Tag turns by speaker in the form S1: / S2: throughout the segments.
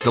S1: The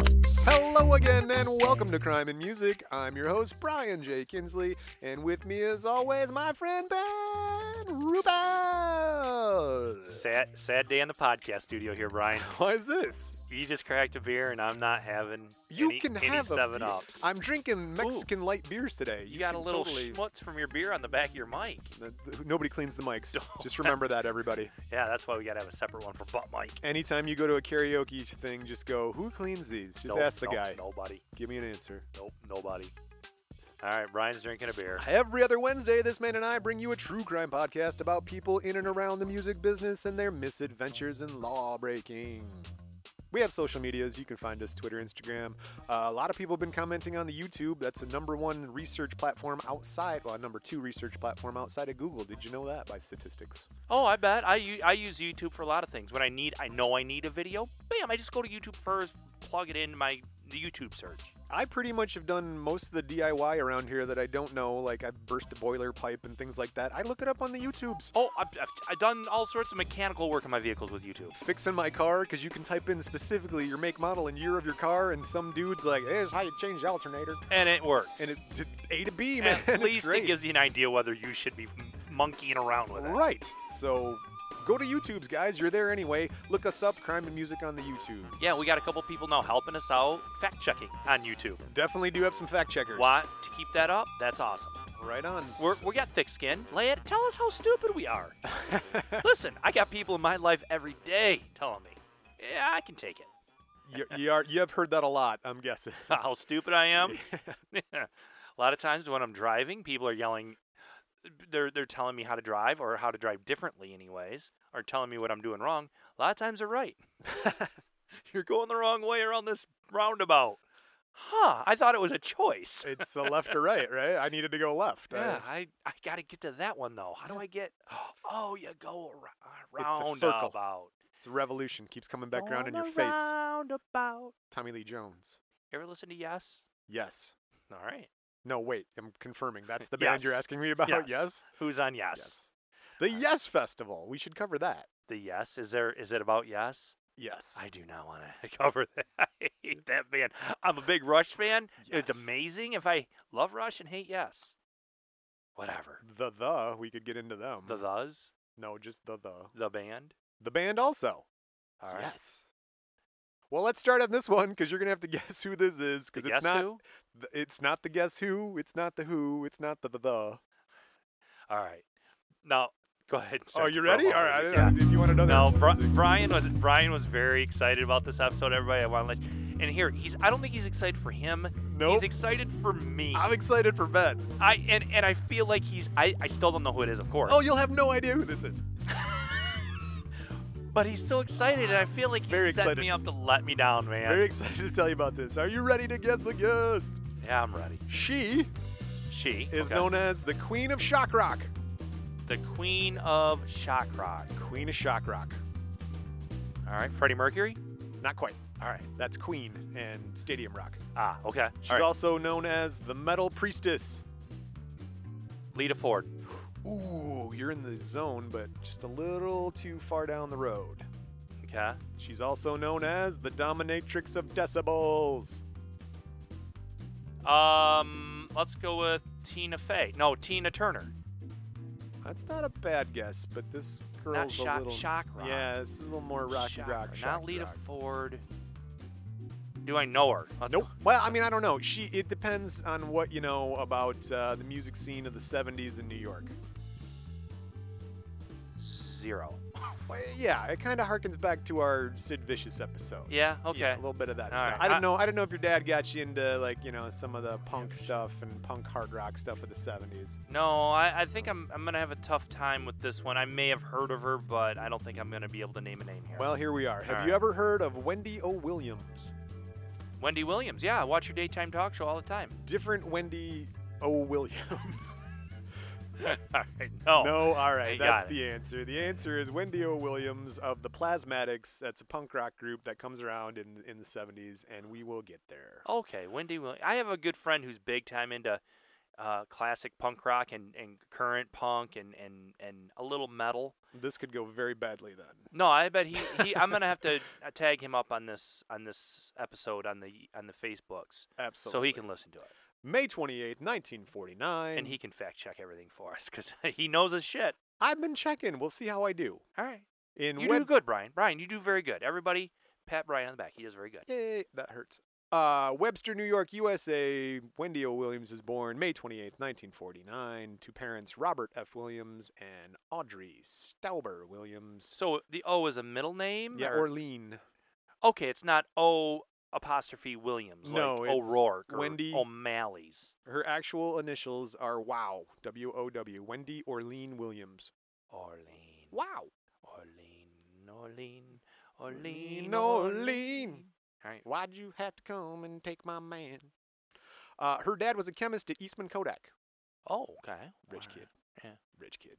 S2: Hello again, and welcome to Crime and Music. I'm your host, Brian J. Kinsley, and with me, as always, my friend Ben Rubel.
S3: Sad, sad day in the podcast studio here, Brian.
S2: Why is this?
S3: You just cracked a beer, and I'm not having
S2: You
S3: any,
S2: can
S3: any
S2: have a
S3: seven
S2: beer.
S3: ups.
S2: I'm drinking Mexican light beers today.
S3: You, got a
S2: can
S3: little
S2: totally-
S3: schmutz from your beer on the back of your mic.
S2: N- th- Nobody cleans the mics.
S3: Don't.
S2: Just remember that, everybody.
S3: Yeah, that's why we gotta have a separate one for butt mic.
S2: Anytime you go to a karaoke thing, just go, "Who cleans these?" Just
S3: Nope,
S2: ask the
S3: nope,
S2: guy.
S3: Nobody.
S2: Give me an answer.
S3: Nope. Nobody. All right, Brian's drinking a beer.
S2: Every other Wednesday, this man and I bring you a true crime podcast about people in and around the music business and their misadventures in law breaking. We have social medias. You can find us Twitter, Instagram. Uh, a lot of people have been commenting on the YouTube. That's the number one research platform outside, well, number two research platform outside of Google. Did you know that by statistics?
S3: Oh, I bet. I, u- I use YouTube for a lot of things. When I need, I know I need a video. Bam! I just go to YouTube first, plug it in my the YouTube search.
S2: I pretty much have done most of the DIY around here that I don't know. Like I burst a boiler pipe and things like that. I look it up on the YouTubes.
S3: Oh, I've, I've, I've done all sorts of mechanical work on my vehicles with YouTube.
S2: fixing my car because you can type in specifically your make, model, and year of your car, and some dude's like, "Hey, it's how you change the alternator,"
S3: And it works.
S2: and it did A to B, man.
S3: At
S2: It's
S3: least
S2: great.
S3: it gives you an idea whether you should be monkeying around with it.
S2: right. So go to YouTube's guys. You're there anyway. Look us up, Crime and Music on the YouTube.
S3: Yeah, we got a couple people now helping us out fact checking on YouTube.
S2: Definitely do have some fact checkers.
S3: Want to keep that up? That's awesome.
S2: Right on.
S3: We're, we got thick skin. Lay it. Tell us how stupid we are. Listen, I got people in my life every day telling me, yeah, I can take it.
S2: you, you are. You have heard that a lot. I'm guessing.
S3: how stupid I am. a lot of times when I'm driving, people are yelling. They're they're telling me how to drive or how to drive differently, anyways, or telling me what I'm doing wrong. A lot of times they're right. You're going the wrong way around this roundabout. Huh? I thought it was a choice.
S2: It's a left or right, right? I needed to go left. I-
S3: Yeah, I, I got to get to that one though. How do I get? Oh, you go ar-
S2: It's a
S3: roundabout.
S2: circle. it's a revolution. Keeps coming back around in your
S3: Going
S2: face.
S3: Roundabout.
S2: Tommy Lee Jones.
S3: You ever listen to Yes?
S2: Yes.
S3: All right.
S2: No, wait. I'm confirming. That's the band you're
S3: Yes.
S2: asking me about. yes?
S3: Who's on yes?
S2: Yes. The Yes Festival. We should cover that.
S3: The yes is there? Is it about yes?
S2: Yes.
S3: I do not want to cover that. I hate that band. I'm a big Rush fan. It's
S2: Yes.
S3: amazing. If I love Rush and hate Yes, whatever.
S2: the the we could get into them.
S3: The Thes,
S2: no, just the the
S3: the band.
S2: the band also.
S3: All right.
S2: Yes. Well, let's start on this one because you're gonna have to guess who this is
S3: The
S2: because
S3: Guess
S2: it's not
S3: Who?
S2: th- it's not the guess who it's not the who it's not the the the.
S3: All right. Now go ahead. And
S2: Oh,
S3: start
S2: you
S3: the
S2: ready?
S3: promo
S2: All right.
S3: music,
S2: uh,
S3: yeah.
S2: If you want to know
S3: No,
S2: that.
S3: Bri- Brian was Brian was very excited about this episode. Everybody, I want to let you. And here he's. I don't think he's excited for him.
S2: Nope.
S3: He's excited for me.
S2: I'm excited for Ben.
S3: I and and I feel like he's. I I still don't know who it is, of course.
S2: Oh, you'll have no idea who this is.
S3: But he's so excited, and I feel like he
S2: Very
S3: set
S2: excited.
S3: me up to let me down, man.
S2: Very excited to tell you about this. Are you ready to guess the guest?
S3: yeah, I'm ready.
S2: She
S3: She
S2: is
S3: okay.
S2: known as the Queen of Shock Rock.
S3: the Queen of Shock Rock.
S2: Queen of Shock Rock.
S3: All right, Freddie Mercury.
S2: Not quite.
S3: All right.
S2: That's Queen and Stadium Rock.
S3: Ah, okay.
S2: She's
S3: All right.
S2: also known as the Metal Priestess.
S3: Lita Ford.
S2: Ooh, you're in the zone, but just a little too far down the road.
S3: Okay.
S2: She's also known as the Dominatrix of Decibels.
S3: Um, let's go with Tina Fey. No, Tina Turner.
S2: That's not a bad guess, but this
S3: Not
S2: girl's
S3: shock,
S2: a little.
S3: shock rock.
S2: Yeah, this is a little more rocky
S3: Shock
S2: rock.
S3: rock.
S2: shock
S3: Not Lita
S2: rock.
S3: Ford. Do I know her? Let's
S2: Nope. Well, I mean, I don't know. She. It depends on what you know about uh, the music scene of the '70s in New York.
S3: go. zero.
S2: Well, yeah, it kind of harkens back to our Sid Vicious episode.
S3: Yeah. Okay.
S2: a little bit of that
S3: All
S2: stuff.
S3: right.
S2: I don't
S3: I-
S2: know. I don't know if your dad got you into like you know some of the punk stuff and punk hard rock stuff of the '70s.
S3: No, I, I think I'm, I'm gonna have a tough time with this one. I may have heard of her, but I don't think I'm gonna be able to name a name here.
S2: Well, here we are. Have
S3: All
S2: you
S3: right.
S2: ever heard of Wendy O. Williams?
S3: Wendy Williams. Yeah, I watch her daytime talk show all the time.
S2: Different Wendy O. Williams.
S3: all right. No.
S2: No, all right.
S3: Oh. You got
S2: That's
S3: it.
S2: the answer. The answer is Wendy O. Williams of the Plasmatics. That's a punk rock group that comes around in in the '70s, and we will get there.
S3: Okay, Wendy Williams. I have a good friend who's big time into uh, classic punk rock and, and current punk and, and, and a little metal.
S2: This could go very badly then.
S3: No, I bet he, he I'm gonna have to uh, tag him up on this on this episode on the on the Facebooks
S2: Absolutely.
S3: so he can listen to it
S2: May 28th, 1949.
S3: and he can fact check everything for us because he knows his shit.
S2: I've been checking. We'll see how I do.
S3: All right,
S2: In
S3: you
S2: Wed-
S3: do good, Brian. Brian, you do very good. Everybody, pat Brian on the back. He does very good.
S2: Yay, that hurts. Uh, Webster, New York, USA. Wendy O. Williams is born May 28th, 1949, to parents Robert F. Williams and Audrey Stauber Williams.
S3: So the O is a middle name.
S2: Yeah,
S3: or-
S2: Orlean.
S3: okay, it's not O apostrophe Williams.
S2: No,
S3: like
S2: it's
S3: O'Rourke or "Oh,
S2: Wendy-
S3: O'Malley's.
S2: Her actual initials are WOW, W O W, Wendy Orlean Williams.
S3: Orlean,
S2: Wow.
S3: Orlean, Orlean, Orlean,
S2: Orlean.
S3: All right.
S2: Why'd you have to come and take my man? Uh, her dad was a chemist at Eastman Kodak.
S3: Oh, okay.
S2: Rich
S3: All
S2: kid.
S3: Yeah.
S2: Rich kid.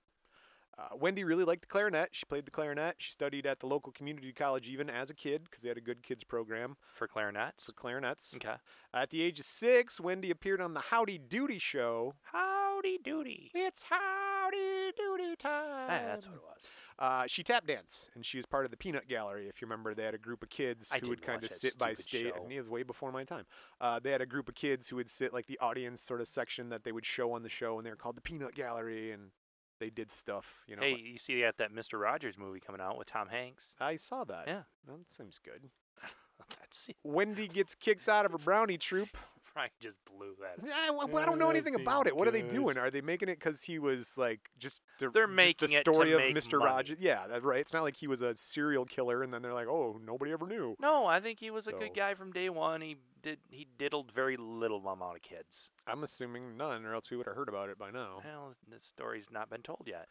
S2: Uh, Wendy really liked the clarinet. She played the clarinet. She studied at the local community college even as a kid because they had a good kids program
S3: For clarinets.
S2: for clarinets. Uh,
S3: Okay.
S2: At the age of six, Wendy appeared on the Howdy Doody show.
S3: Howdy doody.
S2: It's Howdy Doody time.
S3: Ah, that's what it was.
S2: Uh, she tap danced, and she was part of the Peanut Gallery. If you remember, they had a group of kids
S3: I
S2: who would
S3: didn't
S2: kind
S3: watch
S2: of
S3: that
S2: sit by
S3: stupid
S2: stage.
S3: show.
S2: And it was way before my time. Uh, they had a group of kids who would sit like the audience sort of section that they would show on the show, and they were called the Peanut Gallery, and they did stuff. You know,
S3: hey, you see they got that Mr. Rogers movie coming out with Tom Hanks?
S2: I saw that.
S3: Yeah.
S2: Well, that seems good.
S3: That's
S2: Wendy gets kicked out of her brownie troop.
S3: Brian just blew that.
S2: Yeah, I, well, I don't
S4: Yeah,
S2: know
S4: that
S2: anything
S4: seems
S2: about it. What are they
S4: good.
S2: doing? Are they making it because he was like just the,
S3: They're
S2: just
S3: making
S2: the
S3: it to
S2: story of
S3: make
S2: Mr.
S3: money.
S2: Rogers? Yeah, that, right. It's not like he was a serial killer, and then they're like, oh, nobody ever knew.
S3: No, I think he was a
S2: So-
S3: good guy from day one. He did he diddled very little amount of kids.
S2: I'm assuming none, or else we would have heard about it by now.
S3: Well, the story's not been told yet.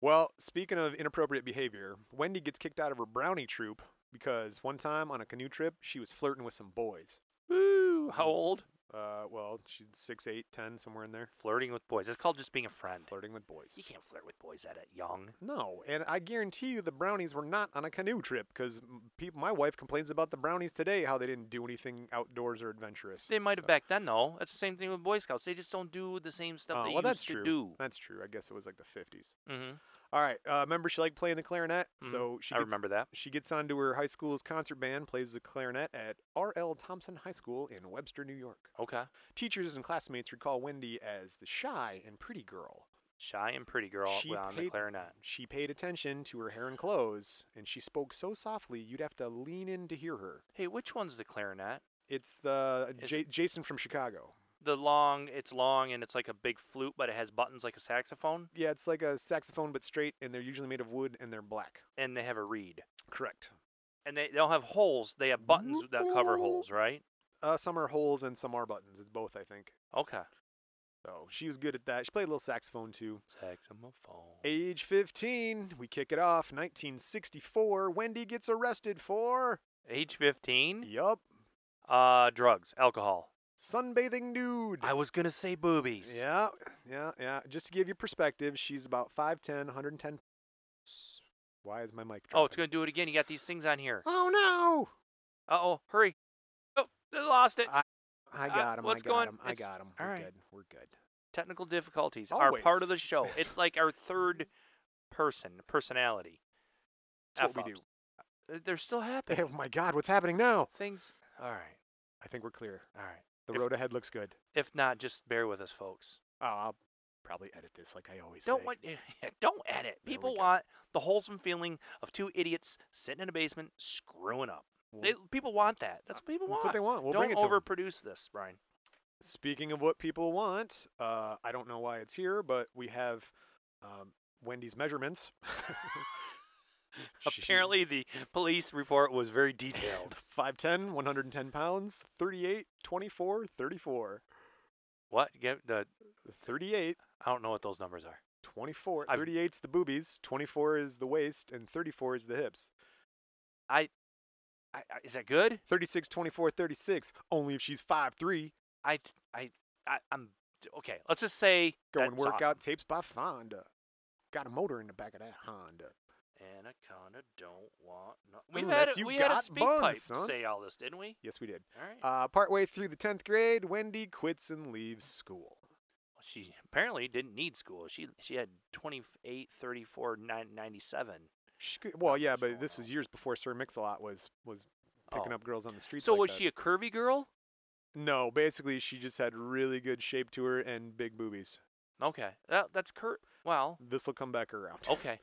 S2: Well, speaking of inappropriate behavior, Wendy gets kicked out of her brownie troop because one time on a canoe trip, she was flirting with some boys.
S3: Woo! How old?
S2: Uh, well, she's six, eight, ten, somewhere in there,
S3: Flirting with boys. It's called just being a friend.
S2: flirting with boys.
S3: You can't flirt with boys at it young.
S2: No, and I guarantee you the brownies were not on a canoe trip because people. My wife complains about the brownies today how they didn't do anything outdoors or adventurous.
S3: They might have
S2: so-
S3: back then though. That's the same thing with Boy Scouts. They just don't do the same stuff
S2: Oh,
S3: they
S2: well,
S3: used
S2: that's
S3: to
S2: true.
S3: do.
S2: That's true. I guess it was like the 50s.
S3: Mm-hmm.
S2: All right. Uh, remember, she liked playing the clarinet,
S3: Mhm.
S2: so she
S3: I
S2: gets,
S3: remember that.
S2: She gets onto her high school's concert band, plays the clarinet at R.L. Thompson High School in Webster, New York.
S3: Okay.
S2: Teachers and classmates recall Wendy as the shy and pretty girl.
S3: Shy and pretty girl
S2: She
S3: on the
S2: paid-
S3: clarinet.
S2: She paid attention to her hair and clothes, and she spoke so softly you'd have to lean in to hear her.
S3: Hey, which one's the clarinet?
S2: It's the
S3: Is
S2: J- Jason from Chicago.
S3: The long, it's long and it's like a big flute, but it has buttons like a saxophone,
S2: Yeah, it's like a saxophone but straight, and they're usually made of wood and they're black.
S3: and they have a reed.
S2: Correct.
S3: And they, they'll have holes. They have buttons that cover holes, right?
S2: Uh, some are holes and some are buttons. It's both, I think.
S3: Okay.
S2: So she was good at that. She played a little saxophone too.
S3: Saxophone.
S2: Age 15, we kick it off. 1964, Wendy gets arrested for,
S3: Age 15?
S2: yup,
S3: Uh, drugs, alcohol.
S2: sunbathing nude.
S3: I was going to say boobies.
S2: Yeah, yeah, yeah. Just to give you perspective, she's about 5'10, 110. Why is my mic
S3: Oh,
S2: dropping?
S3: it's going to do it again. You got these things on here.
S2: Oh,
S3: Uh oh, hurry. Oh, I lost it.
S2: I- no. I
S3: Uh,
S2: got him.
S3: what's
S2: I got
S3: going-
S2: him. I
S3: it's-
S2: got him.
S3: all
S2: We're
S3: right.
S2: good. We're good.
S3: Technical difficulties are part
S2: Always.
S3: of the show. It's like our third person, personality.
S2: That's what we do.
S3: F-ups. Uh, They're still happening.
S2: Hey, oh my God, what's happening now?
S3: Things. All right.
S2: I think we're clear.
S3: All right.
S2: The
S3: If-
S2: road ahead looks good.
S3: If not, just bear with us, folks.
S2: Oh, I'll probably edit this like I always
S3: Don't
S2: say.
S3: want, eh, don't edit.
S2: we
S3: People
S2: go.
S3: want the wholesome feeling of two idiots sitting in a basement screwing up.
S2: We'll-
S3: They, people want that. That's what people
S2: That's
S3: want.
S2: what they want. We'll
S3: don't
S2: bring it to 'em.
S3: overproduce this, Brian.
S2: Speaking of what people want, uh, I don't know why it's here, but we have um, Wendy's measurements. She-
S3: Apparently, the police report was very detailed.
S2: 5'10, 110 pounds, 38, 24, 34.
S3: what? Get the?
S2: 38,
S3: I don't know what those numbers are.
S2: 24.
S3: I've-
S2: 38's the boobies, 24 is the waist, and 34 is the hips.
S3: I, I, is that good?
S2: 36, 24, 36, only if she's 5'3.
S3: I, th- I, I, I'm okay. Let's just say
S2: Go
S3: that's
S2: and work
S3: awesome.
S2: out tapes by Fonda. Got a motor in the back of that Honda.
S3: Anaconda don't want. No- We've had
S2: Unless
S3: a,
S2: you
S3: we had a
S2: got
S3: speak
S2: buns,
S3: pipe
S2: son.
S3: say all this, didn't we?
S2: Yes, we did.
S3: All right.
S2: Uh, partway through the 10th grade, Wendy quits and leaves school.
S3: she apparently didn't need school. She she had 28, 34, 9, 97.
S2: She, could- well, yeah,
S3: Nothing's
S2: but
S3: going
S2: this was
S3: on.
S2: years before Sir Mix-a-Lot was was picking
S3: Oh.
S2: up girls on the streets.
S3: So
S2: like
S3: was
S2: that.
S3: she a curvy girl?
S2: No, basically she just had really good shape to her and big boobies.
S3: Okay, that, that's cur. Well,
S2: This will come back around.
S3: okay.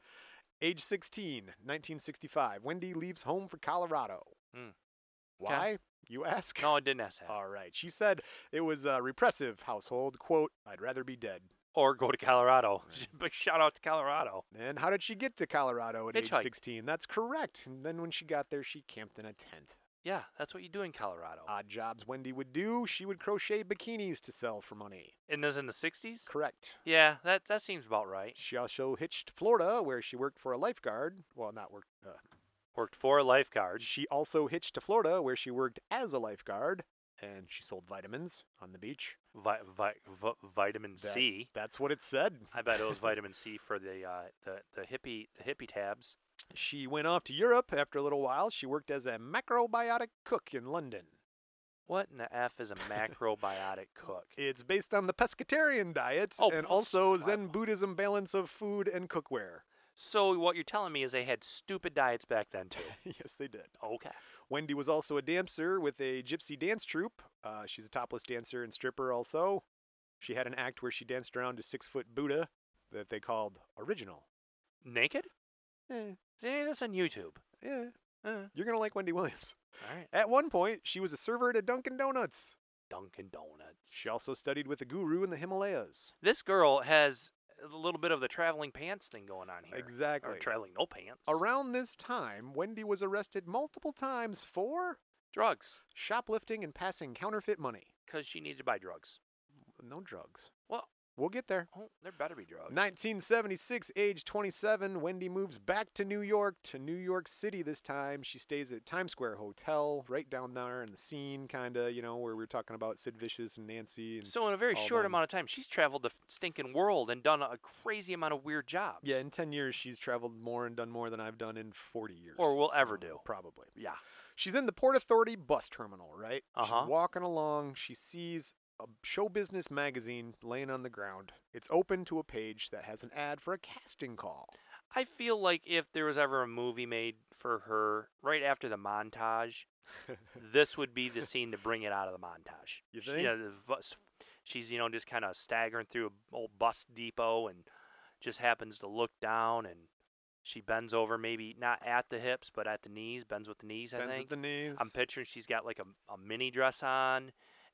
S2: Age 16, 1965. Wendy leaves home for Colorado.
S3: Hmm. 'Kay.
S2: Why? You ask.
S3: No, I didn't ask that.
S2: All right. She said it was a repressive household. "Quote: I'd rather be dead."
S3: or go to Colorado. Big shout out to Colorado.
S2: And how did she get to Colorado at age
S3: Hitchhiked.
S2: 16? That's correct. And then when she got there, she camped in a tent.
S3: Yeah, that's what you do in Colorado.
S2: Odd jobs Wendy would do. She would crochet bikinis to sell for money.
S3: and this in the 60s?
S2: Correct.
S3: Yeah, that that seems about right.
S2: She also hitched to Florida, where she worked for a lifeguard. Well, not worked. Uh,
S3: Worked for a lifeguard.
S2: she also hitched to Florida, where she worked as a lifeguard, and she sold vitamins on the beach.
S3: Vi- vi- vi- vitamin
S2: That-
S3: C.
S2: That's what it said.
S3: I bet it was vitamin C for the uh, the the hippie the hippie tabs.
S2: She went off to Europe after a little while. She worked as a macrobiotic cook in London.
S3: What in the f is a macrobiotic cook?
S2: It's based on the pescatarian diet
S3: Oh,
S2: and
S3: pfft,
S2: also
S3: wow.
S2: Zen Buddhism balance of food and cookware.
S3: So what you're telling me is they had stupid diets back then too.
S2: yes, they did.
S3: Okay.
S2: Wendy was also a dancer with a gypsy dance troupe. Uh, she's a topless dancer and stripper, also. She had an act where she danced around to Six Foot Buddha that they called original.
S3: Naked?
S2: Eh,
S3: Is any of this on YouTube?
S2: yeah.
S3: Uh,
S2: You're going to like Wendy Williams.
S3: all right.
S2: At one point, she was a server at a Dunkin' Donuts.
S3: Dunkin' Donuts.
S2: She also studied with a guru in the Himalayas.
S3: This girl has a little bit of the traveling pants thing going on here. Or
S2: Exactly.
S3: traveling no pants.
S2: Around this time, Wendy was arrested multiple times for
S3: drugs.
S2: shoplifting and passing counterfeit money.
S3: Because she needed to buy drugs.
S2: No drugs.
S3: Well,
S2: We'll get there.
S3: oh, there better be drugs.
S2: 1976, age 27, Wendy moves back to New York, to New York City this time. She stays at Times Square Hotel, right down there in the scene, kind of, you know, where we were talking about Sid Vicious and Nancy. And
S3: So in a very
S2: all
S3: short
S2: them.
S3: amount of time, she's traveled the f- stinking world and done a crazy amount of weird jobs.
S2: Yeah, in 10 years, she's traveled more and done more than I've done in 40 years. um,
S3: Or will ever do.
S2: Probably.
S3: Yeah.
S2: She's in the Port Authority bus terminal, right?
S3: Uh-huh.
S2: She's walking along. She sees a show business magazine laying on the ground. It's open to a page that has an ad for a casting call.
S3: I feel like if there was ever a movie made for her right after the montage, this would be the scene to bring it out of the montage.
S2: You
S3: She-
S2: think?
S3: yeah, the bus- she's, you know, just kind of staggering through an old bus depot and just happens to look down and she bends over, maybe not at the hips, but at the knees, bends with the knees, I
S2: Bends
S3: think.
S2: at the knees.
S3: I'm picturing she's got like a, a mini dress on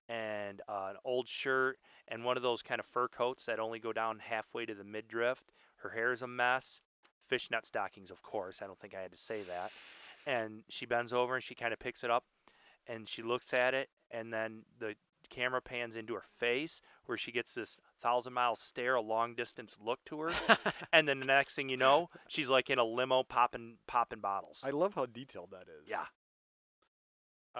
S3: and uh, an old shirt and one of those kind of fur coats that only go down halfway to the midriff. Her hair is a mess. Fishnet stockings, of course. I don't think I had to say that. And she bends over and she kind of picks it up and she looks at it. And then the camera pans into her face where she gets this thousand mile stare, a long distance look to her. and then the next thing you know, she's like in a limo popping popping bottles.
S2: I love how detailed that is.
S3: yeah.
S2: Uh,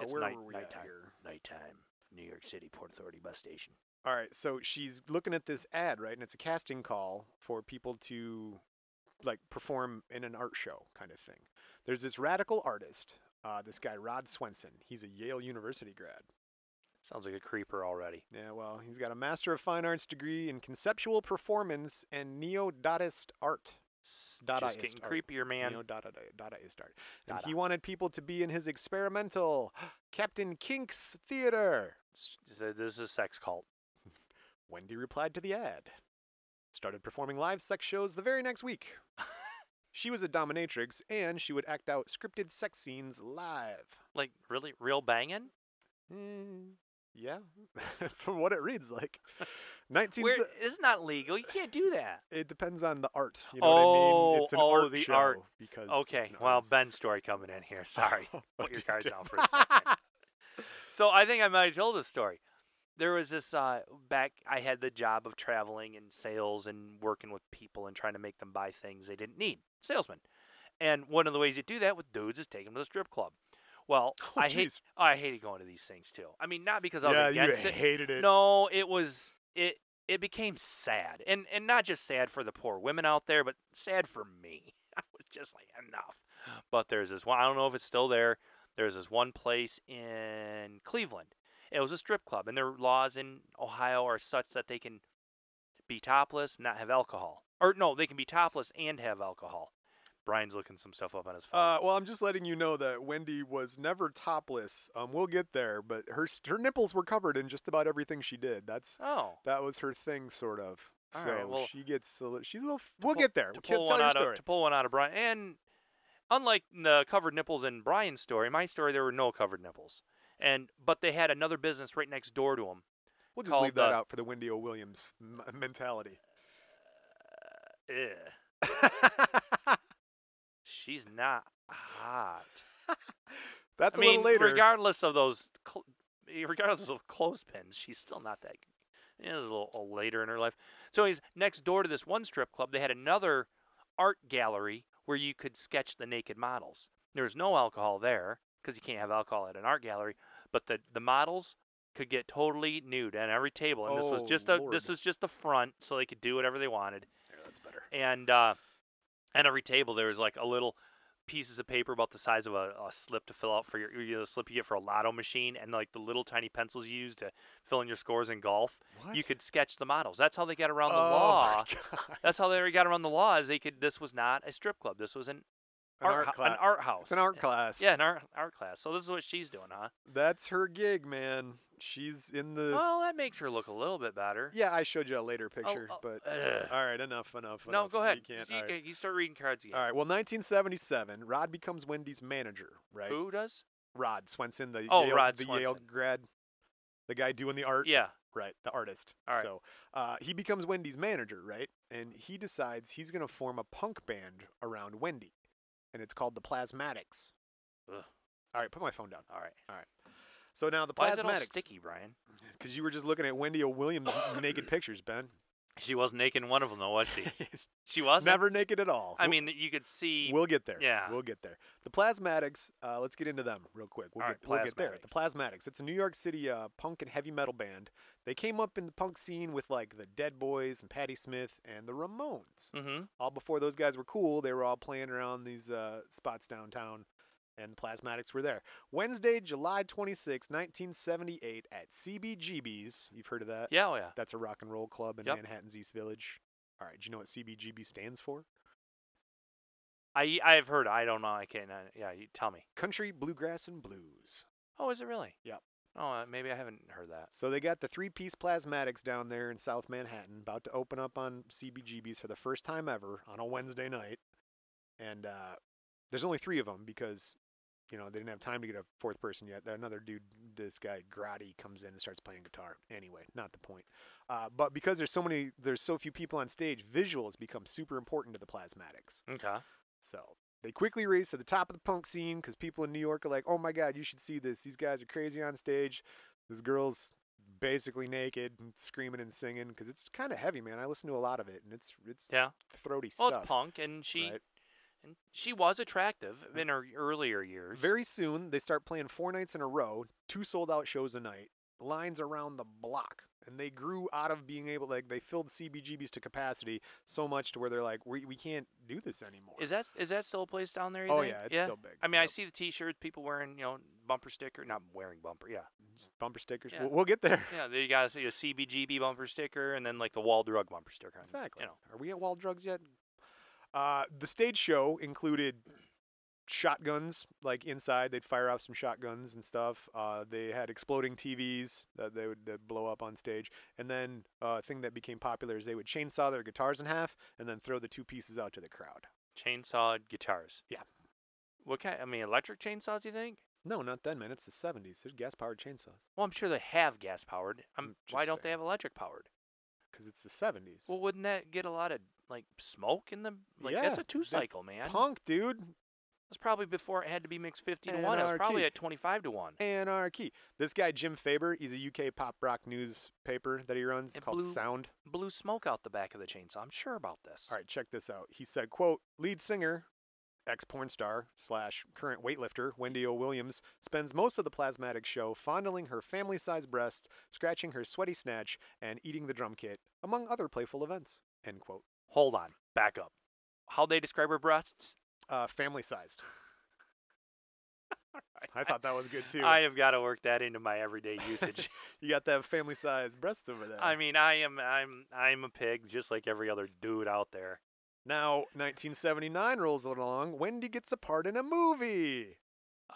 S3: It's
S2: where
S3: night,
S2: were we at
S3: nighttime.
S2: here?
S3: Nighttime. New York City Port Authority bus station.
S2: All right, so she's looking at this ad, right? And it's a casting call for people to like perform in an art show kind of thing. There's this radical artist, uh, this guy Rod Swenson. He's a Yale University grad.
S3: Sounds like a creeper already.
S2: Yeah, well, he's got a Master of Fine Arts degree in conceptual performance and neo-Dadaist art.
S3: S- Just
S2: Dadaist
S3: getting
S2: art.
S3: creepier, man.
S2: Neo-Dada- Dadaist art. And
S3: Dada.
S2: he wanted people to be in his experimental Captain Kink's theater.
S3: S- so This is a sex cult.
S2: Wendy replied to the ad. Started performing live sex shows the very next week. she was a dominatrix and she would act out scripted sex scenes live.
S3: Like really, real banging.
S2: Mm, Yeah, from what it reads like. 19.
S3: Where, it's not legal. You can't do that.
S2: It depends on the art. You know what I mean?
S3: Oh,
S2: It's an
S3: oh,
S2: art
S3: the
S2: show
S3: art.
S2: Because it's
S3: Okay.
S2: an art
S3: Well,
S2: show.
S3: Ben's story coming in here. Sorry. Put your
S2: dude.
S3: cards down for a second. So I think I might have told this story. There was this uh, back. I had the job of traveling and sales and working with people and trying to make them buy things they didn't need. Salesman. And one of the ways you do that with dudes is take them to the strip club. Well,
S2: Oh,
S3: I hate
S2: jeez.
S3: I hated going to these things too. I mean, not because I was
S2: yeah,
S3: against
S2: you
S3: it.
S2: hated it.
S3: No, it was it it became sad. And and not just sad for the poor women out there, but sad for me. I was just like enough. But there's this one I don't know if it's still there. There's this one place in Cleveland. It was a strip club and their laws in Ohio are such that they can be topless, not have alcohol. Or no, they can be topless and have alcohol. Brian's looking some stuff up on his phone.
S2: Uh, well, I'm just letting you know that Wendy was never topless. Um, we'll get there, but her s- her nipples were covered in just about everything she did. That's
S3: oh.
S2: that was her thing, sort of.
S3: All
S2: so
S3: right, well,
S2: she gets a little, she's a little. f- We'll
S3: pull-
S2: get there.
S3: To
S2: We'll
S3: pull,
S2: tell
S3: one
S2: your
S3: out
S2: story.
S3: of to pull one out of Brian, and unlike the covered nipples in Brian's story, my story there were no covered nipples, and but they had another business right next door to him.
S2: we'll just leave
S3: called,
S2: that
S3: uh,
S2: out for the Wendy O. Williams m- mentality.
S3: Ugh, she's not hot.
S2: That's a
S3: I mean,
S2: little later.
S3: regardless of those, cl- regardless of those clothespins, she's still not that. It was a little a little later in her life. So he's next door to this one strip club. They had another art gallery where you could sketch the naked models. There was no alcohol there because you can't have alcohol at an art gallery, but the the models could get totally nude on every table, and this was
S2: Oh,
S3: just a
S2: Lord.
S3: this was just a front, so they could do whatever they wanted
S2: There, that's better.
S3: and uh, at every table there was like a little pieces of paper about the size of a, a slip to fill out for your you know, the slip you get for a lotto machine and like the little tiny pencils you use to fill in your scores in golf you
S2: What?
S3: could sketch the models that's how they got around the
S2: Oh my
S3: law
S2: God.
S3: that's how they got around the law is they could this was not a strip club this was an,
S2: An art
S3: hou-
S2: cla-
S3: an art house
S2: It's an art class.
S3: yeah an art, art class so this is what she's doing huh
S2: That's her gig, man. She's in the.
S3: well that makes her look a little bit better
S2: yeah, I showed you a later picture,
S3: oh,
S2: but
S3: ugh.
S2: all right, enough, enough.
S3: no
S2: enough.
S3: go ahead
S2: You can't.
S3: See,
S2: all right.
S3: you, start reading cards again
S2: All right. Well, 1977, Rod becomes Wendy's manager, right?
S3: who does
S2: Rod Swenson, the
S3: Oh,
S2: Yale,
S3: Rod
S2: the Yale
S3: Swenson.
S2: grad, the guy doing the art.
S3: yeah
S2: Right, the artist.
S3: All right.
S2: So uh, he becomes Wendy's manager, right? And he decides he's going to form a punk band around Wendy, and it's called the Plasmatics.
S3: Ugh.
S2: All right, put my phone down.
S3: all right
S2: So now the
S3: why is it all
S2: Plasmatics,
S3: sticky brian
S2: because you were just looking at Wendy O. Williams' naked pictures, Ben.
S3: She wasn't naked in one of them, though, was she? She wasn't.
S2: Never naked at all.
S3: I
S2: We'll-
S3: mean, that you could see.
S2: We'll get there.
S3: Yeah.
S2: We'll get there. The Plasmatics, uh, let's get into them real quick. We'll,
S3: All
S2: get,
S3: right,
S2: we'll get there. The Plasmatics, it's a New York City uh, punk and heavy metal band. They came up in the punk scene with like the Dead Boys and Patti Smith and the Ramones.
S3: mm-hmm.
S2: All before those guys were cool, they were all playing around these uh, spots downtown, and the Plasmatics were there. Wednesday, July 26, 1978, at CBGB's. You've heard of Uh, that?
S3: Yeah, oh, yeah.
S2: That's a rock and roll club in
S3: Yep.
S2: Manhattan's East Village. All right, do you know what CBGB stands for?
S3: I I've heard. I don't know. I can't. Uh, yeah, you tell me.
S2: Country, bluegrass, and blues.
S3: Oh, is it really?
S2: Yep.
S3: Oh, uh, maybe I haven't heard that.
S2: So they got the three piece plasmatics down there in South Manhattan, about to open up on CBGB's for the first time ever on a Wednesday night. And uh, there's only three of them because, you know, they didn't have time to get a fourth person yet. Another dude, this guy Grotti, comes in and starts playing guitar. Anyway, not the point. Uh, but because there's so many, there's so few people on stage, visuals become super important to the plasmatics.
S3: Okay.
S2: So they quickly raised to the top of the punk scene because people in New York are like, oh my God, you should see this. These guys are crazy on stage. This girl's basically naked and screaming and singing because it's kind of heavy, man. I listen to a lot of it and it's it's
S3: Yeah.
S2: throaty
S3: Well,
S2: stuff.
S3: it's punk, and she
S2: right?
S3: and she was attractive in her earlier years.
S2: Very soon, they start playing four nights in a row, two sold out shows a night, lines around the block. And they grew out of being able, like, they filled CBGBs to capacity so much to where they're like, we, we can't do this anymore.
S3: Is that is that still a place down there? you
S2: Oh,
S3: think?
S2: yeah, it's still big.
S3: I mean, I
S2: Yep.
S3: see the T-shirts people wearing. You know, bumper sticker. Not wearing bumper. Yeah.
S2: Just bumper stickers?
S3: Yeah.
S2: We'll, we'll get there.
S3: Yeah. There you got see a CBGB bumper sticker, and then like the wall drug bumper sticker. and,
S2: Exactly.
S3: You know.
S2: Are we at Wild Drugs yet? Uh, the stage show included shotguns, like inside, they'd fire off some shotguns and stuff. Uh, they had exploding TVs that they would that'd blow up on stage. And then uh, a thing that became popular is they would chainsaw their guitars in half and then throw the two pieces out to the crowd.
S3: chainsawed guitars.
S2: Yeah.
S3: What kind? I mean, electric chainsaws? You think?
S2: No, not then, man. It's the 70s. There's gas powered chainsaws
S3: Well, I'm sure they have gas powered. I'm.
S2: I'm Mm,
S3: Why
S2: just
S3: don't they
S2: saying.
S3: have electric powered?
S2: because it's the 70s.
S3: Well, wouldn't that get a lot of like smoke in the like?
S2: yeah,
S3: that's a two cycle, man.
S2: Punk, dude.
S3: That's probably before it had to be mixed fifty to one. It was probably
S2: Anarchy.
S3: at twenty five to one.
S2: Anarchy. This guy, Jim Faber, he's a UK pop rock newspaper that he runs
S3: It
S2: called
S3: blew-
S2: Sound.
S3: Blew smoke out the back of the chainsaw. I'm sure about this.
S2: All right, check this out. He said, quote, lead singer, ex porn star slash current weightlifter Wendy O. Williams spends most of the plasmatic show fondling her family sized breast, scratching her sweaty snatch, and eating the drum kit, among other playful events. End quote.
S3: Hold on. Back up. How they describe her breasts?
S2: Uh, family sized. I thought that was good too.
S3: I have got to work that into my everyday usage.
S2: you got that family sized breast over there.
S3: I mean, I am I'm I'm a pig just like every other dude out there.
S2: now, 1979 rolls along. Wendy gets a part in a movie.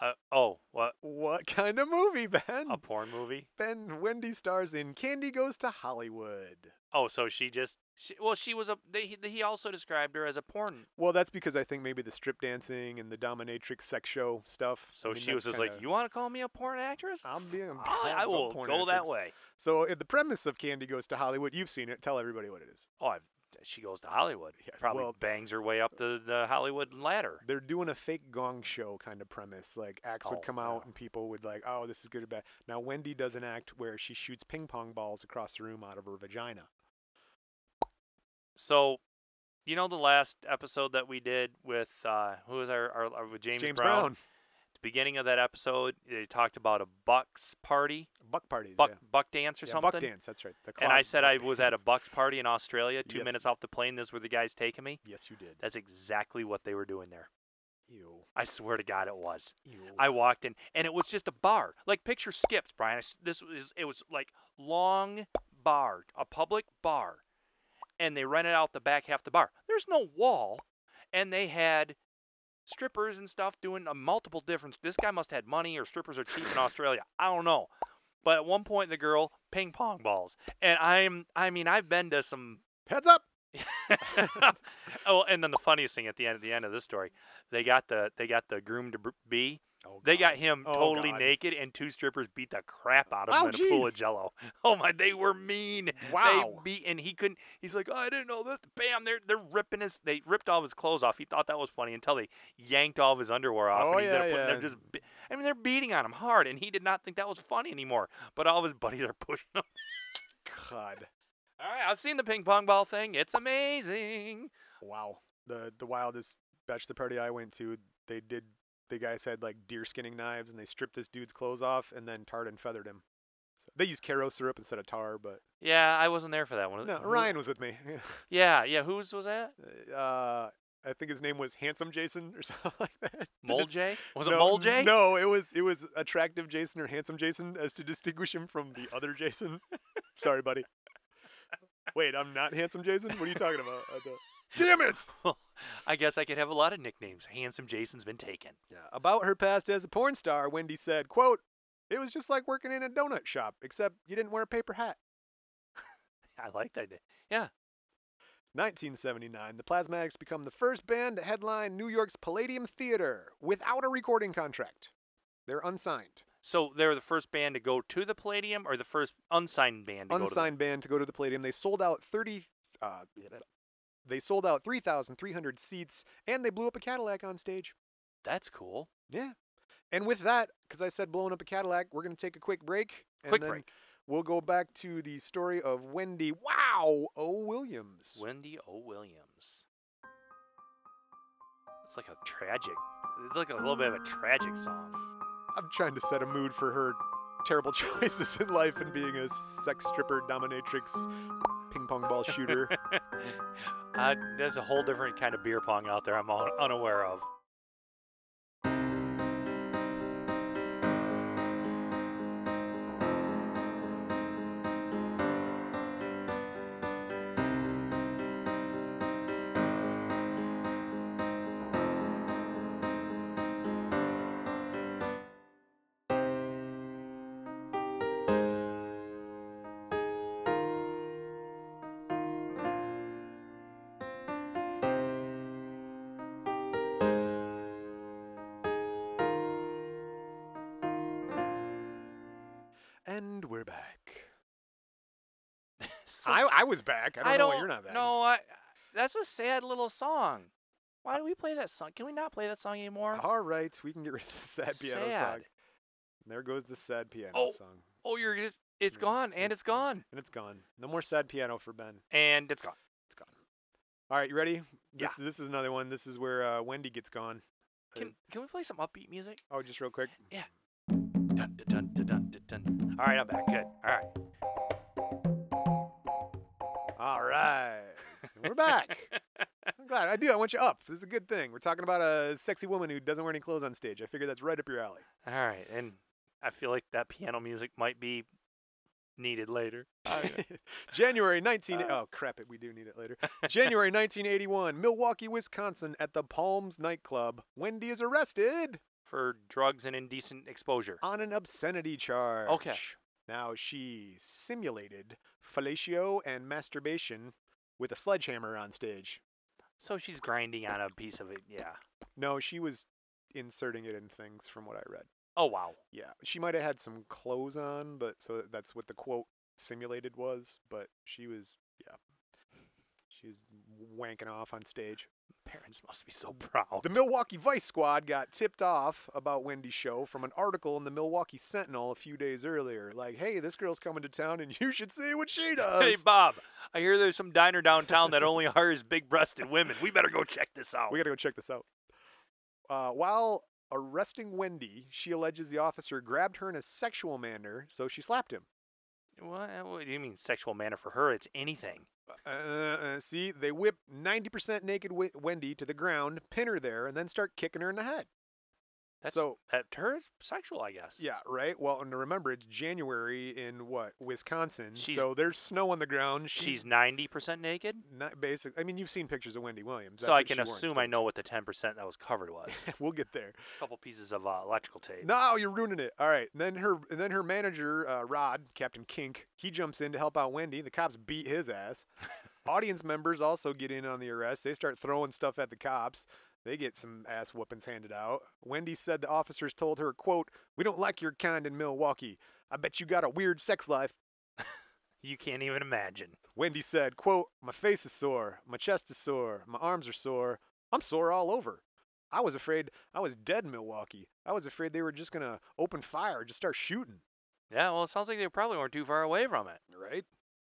S3: Uh, oh, what
S2: What kind of movie, Ben?
S3: a porn movie?
S2: Ben Wendy stars in Candy Goes to Hollywood.
S3: Oh, so she just she, well, she was a they, he also described her as a porn.
S2: Well, that's because I think maybe the strip dancing and the dominatrix sex show stuff.
S3: So
S2: I mean,
S3: she was
S2: that's
S3: just like,
S2: kinda-
S3: "You want to call me a porn actress?
S2: I'm being.
S3: I, I
S2: I'm
S3: will
S2: porn
S3: go that
S2: actress."
S3: way."
S2: So uh, the premise of Candy Goes to Hollywood, you've seen it. Tell everybody what it is.
S3: Oh, I've, she goes to Hollywood.
S2: Yeah,
S3: Probably
S2: well-
S3: bangs her way up the, the Hollywood ladder.
S2: They're doing a fake gong show kind of premise. Like acts
S3: Oh,
S2: would come out
S3: yeah.
S2: and people would like, oh, this is good or bad. Now Wendy does an act where she shoots ping pong balls across the room out of her vagina.
S3: So, you know the last episode that we did with uh, who was our, our, our- with James, Brown? At the beginning of that episode, they talked about a bucks party,
S2: buck parties,
S3: buck
S2: yeah.
S3: buck dance or
S2: Yeah,
S3: something.
S2: buck dance. That's right. The
S3: And
S2: clog
S3: I said
S2: buck
S3: I was at a
S2: dance.
S3: bucks party in Australia. Two
S2: Yes.
S3: minutes off the plane, this is where the guys taking me.
S2: Yes, you did.
S3: That's exactly what they were doing there.
S2: Ew.
S3: I swear to God, it was.
S2: Ew.
S3: I walked in, and it was just a bar. Like picture skips, Brian. I s- This was it was like long bar, a public bar, and they rented out the back half the bar. There's no wall, and they had strippers and stuff doing a multiple different. This guy must have had money, or strippers are cheap in Australia. I don't know. But at one point, the girl ping pong balls, and I'm I mean I've been to some
S2: Heads up.
S3: oh, and then the funniest thing at the end at the end of this story, they got the they got the groom to br- be.
S2: Oh,
S3: They got
S2: God.
S3: him
S2: Oh,
S3: totally
S2: God.
S3: naked, and two strippers beat the crap out of him
S2: Oh,
S3: in a pool of
S2: jeez.
S3: jello. Oh my, they were mean.
S2: Wow.
S3: They beat, and he couldn't. He's like, I didn't know this. Bam! They're they're ripping his. They ripped all of his clothes off. He thought that was funny until they yanked all of his underwear off.
S2: Oh,
S3: and he's at a
S2: yeah,
S3: point-
S2: yeah.
S3: They're just. be- I mean, they're beating on him hard, and he did not think that was funny anymore. But all of his buddies are pushing him.
S2: God.
S3: All right, I've seen the ping pong ball thing. It's amazing.
S2: Wow. The the wildest bachelor party I went to, they did the guys had like deer skinning knives and they stripped this dude's clothes off and then tarred and feathered him. So they used caro syrup instead of tar, but
S3: Yeah, I wasn't there for that one.
S2: no,
S3: Uh, Who-
S2: Ryan was with me.
S3: Yeah, yeah. Whose was that?
S2: uh, I think his name was Handsome Jason or something like that. To
S3: Mole
S2: dis-
S3: J? Was
S2: no,
S3: it Mole J?
S2: No, it was it was attractive Jason or handsome Jason as to distinguish him from the other Jason. Sorry, buddy. Wait, I'm not handsome Jason. What are you talking about? I don't- Damn it!
S3: I guess I could have a lot of nicknames. Handsome Jason's been taken.
S2: Yeah. About her past as a porn star, Wendy said, quote, it was just like working in a donut shop, except you didn't wear a paper hat.
S3: I like that. Yeah.
S2: 1979, the Plasmatics become the first band to headline New York's Palladium Theater without a recording contract. They're unsigned.
S3: So they were the first band to go to the Palladium, or the first unsigned band to
S2: Unsigned band to go to the Palladium. They sold out 30 uh, they sold out 3,300 seats and they blew up a Cadillac on stage.
S3: go to. That's cool.
S2: Yeah. And with that, because I said blowing up a Cadillac, we're going to take a quick break. And
S3: Quick
S2: then
S3: break.
S2: We'll go back to the story of Wendy Wow O. Williams.
S3: Wendy O. Williams. It's like a tragic. It's like a little bit of a tragic song.
S2: I'm trying to set a mood for her terrible choices in life and being a sex stripper, dominatrix, ping pong ball shooter.
S3: Uh, there's a whole different kind of beer pong out there I'm un- unaware of.
S2: And we're back.
S3: So
S2: I,
S3: s-
S2: I was back. I don't, know why you're not back.
S3: No, I. That's a sad little song. Why do we play that song? Can we not play that song anymore?
S2: All right, we can get rid of the sad piano song.
S3: Sad.
S2: There goes the sad piano
S3: Oh.
S2: song.
S3: Oh, you're just. It's
S2: Yeah,
S3: gone, and it's gone,
S2: And it's gone. No more sad piano for Ben.
S3: and it's gone.
S2: All right, you ready?
S3: Yeah.
S2: This, this is another one. This is where uh, Wendy gets gone. Uh,
S3: Can Can we play some upbeat music?
S2: oh, just real quick.
S3: Dun, dun, dun, dun, dun, dun. All right, I'm back. Good. All right.
S2: All right. We're back. I'm glad. I do. I want you up. This is a good thing. We're talking about a sexy woman who doesn't wear any clothes on stage. I figure that's right up your alley.
S3: All right, and I feel like that piano music might be needed later.
S2: January 19
S3: Uh.
S2: Oh crap it we do need it later. January 1981, Milwaukee, Wisconsin at the Palms nightclub. Wendy is arrested
S3: For drugs and indecent exposure.
S2: on an obscenity charge.
S3: Okay.
S2: Now she simulated fellatio and masturbation with a sledgehammer on stage.
S3: So she's grinding on a piece of it. Yeah.
S2: No, she was inserting it in things from what I read.
S3: Oh wow.
S2: Yeah, she might have had some clothes on, but so that's what the quote simulated was. But she was, yeah, she was wanking off on stage.
S3: Parents must be so proud.
S2: The Milwaukee Vice Squad got tipped off about Wendy's show from an article in the Milwaukee Sentinel a few days earlier. Like, hey, this girl's coming to town, and you should see what she does.
S3: Hey Bob, I hear there's some diner downtown that only hires big-breasted women. We better go check this out.
S2: We got to go check this out. Uh, while arresting Wendy, she alleges the officer grabbed her in a sexual manner, so she slapped him.
S3: What, what do you mean sexual manner for her? It's anything.
S2: Uh, uh, see, they whip 90% naked w- Wendy to the ground, pin her there, and then start kicking her in the head.
S3: That's
S2: So-
S3: that to her is sexual, I guess.
S2: Yeah, right? Well, and remember, it's January in what? Wisconsin.
S3: She's-
S2: so there's snow on the ground.
S3: She's ninety percent naked,
S2: not basic. I mean, you've seen pictures of Wendy Williams.
S3: so
S2: That's
S3: I
S2: what
S3: can
S2: she wore on
S3: assume I
S2: stage.
S3: know what the ten percent that was covered was.
S2: we'll get there.
S3: A couple pieces of uh, electrical tape.
S2: No, you're ruining it. All right. And then her and then her manager, uh, Rod, Captain Kink, he jumps in to help out Wendy. The cops beat his ass. Audience members also get in on the arrest. They start throwing stuff at the cops. They get some ass whoopings handed out. Wendy said the officers told her, quote, We don't like your kind in Milwaukee. I bet you got a weird sex life.
S3: You can't even imagine.
S2: Wendy said, quote, My face is sore, my chest is sore, my arms are sore, I'm sore all over. I was afraid I was dead in Milwaukee. I was afraid they were just gonna open fire, just start shooting.
S3: Yeah, well, it sounds like they probably weren't too far away from it.
S2: Right?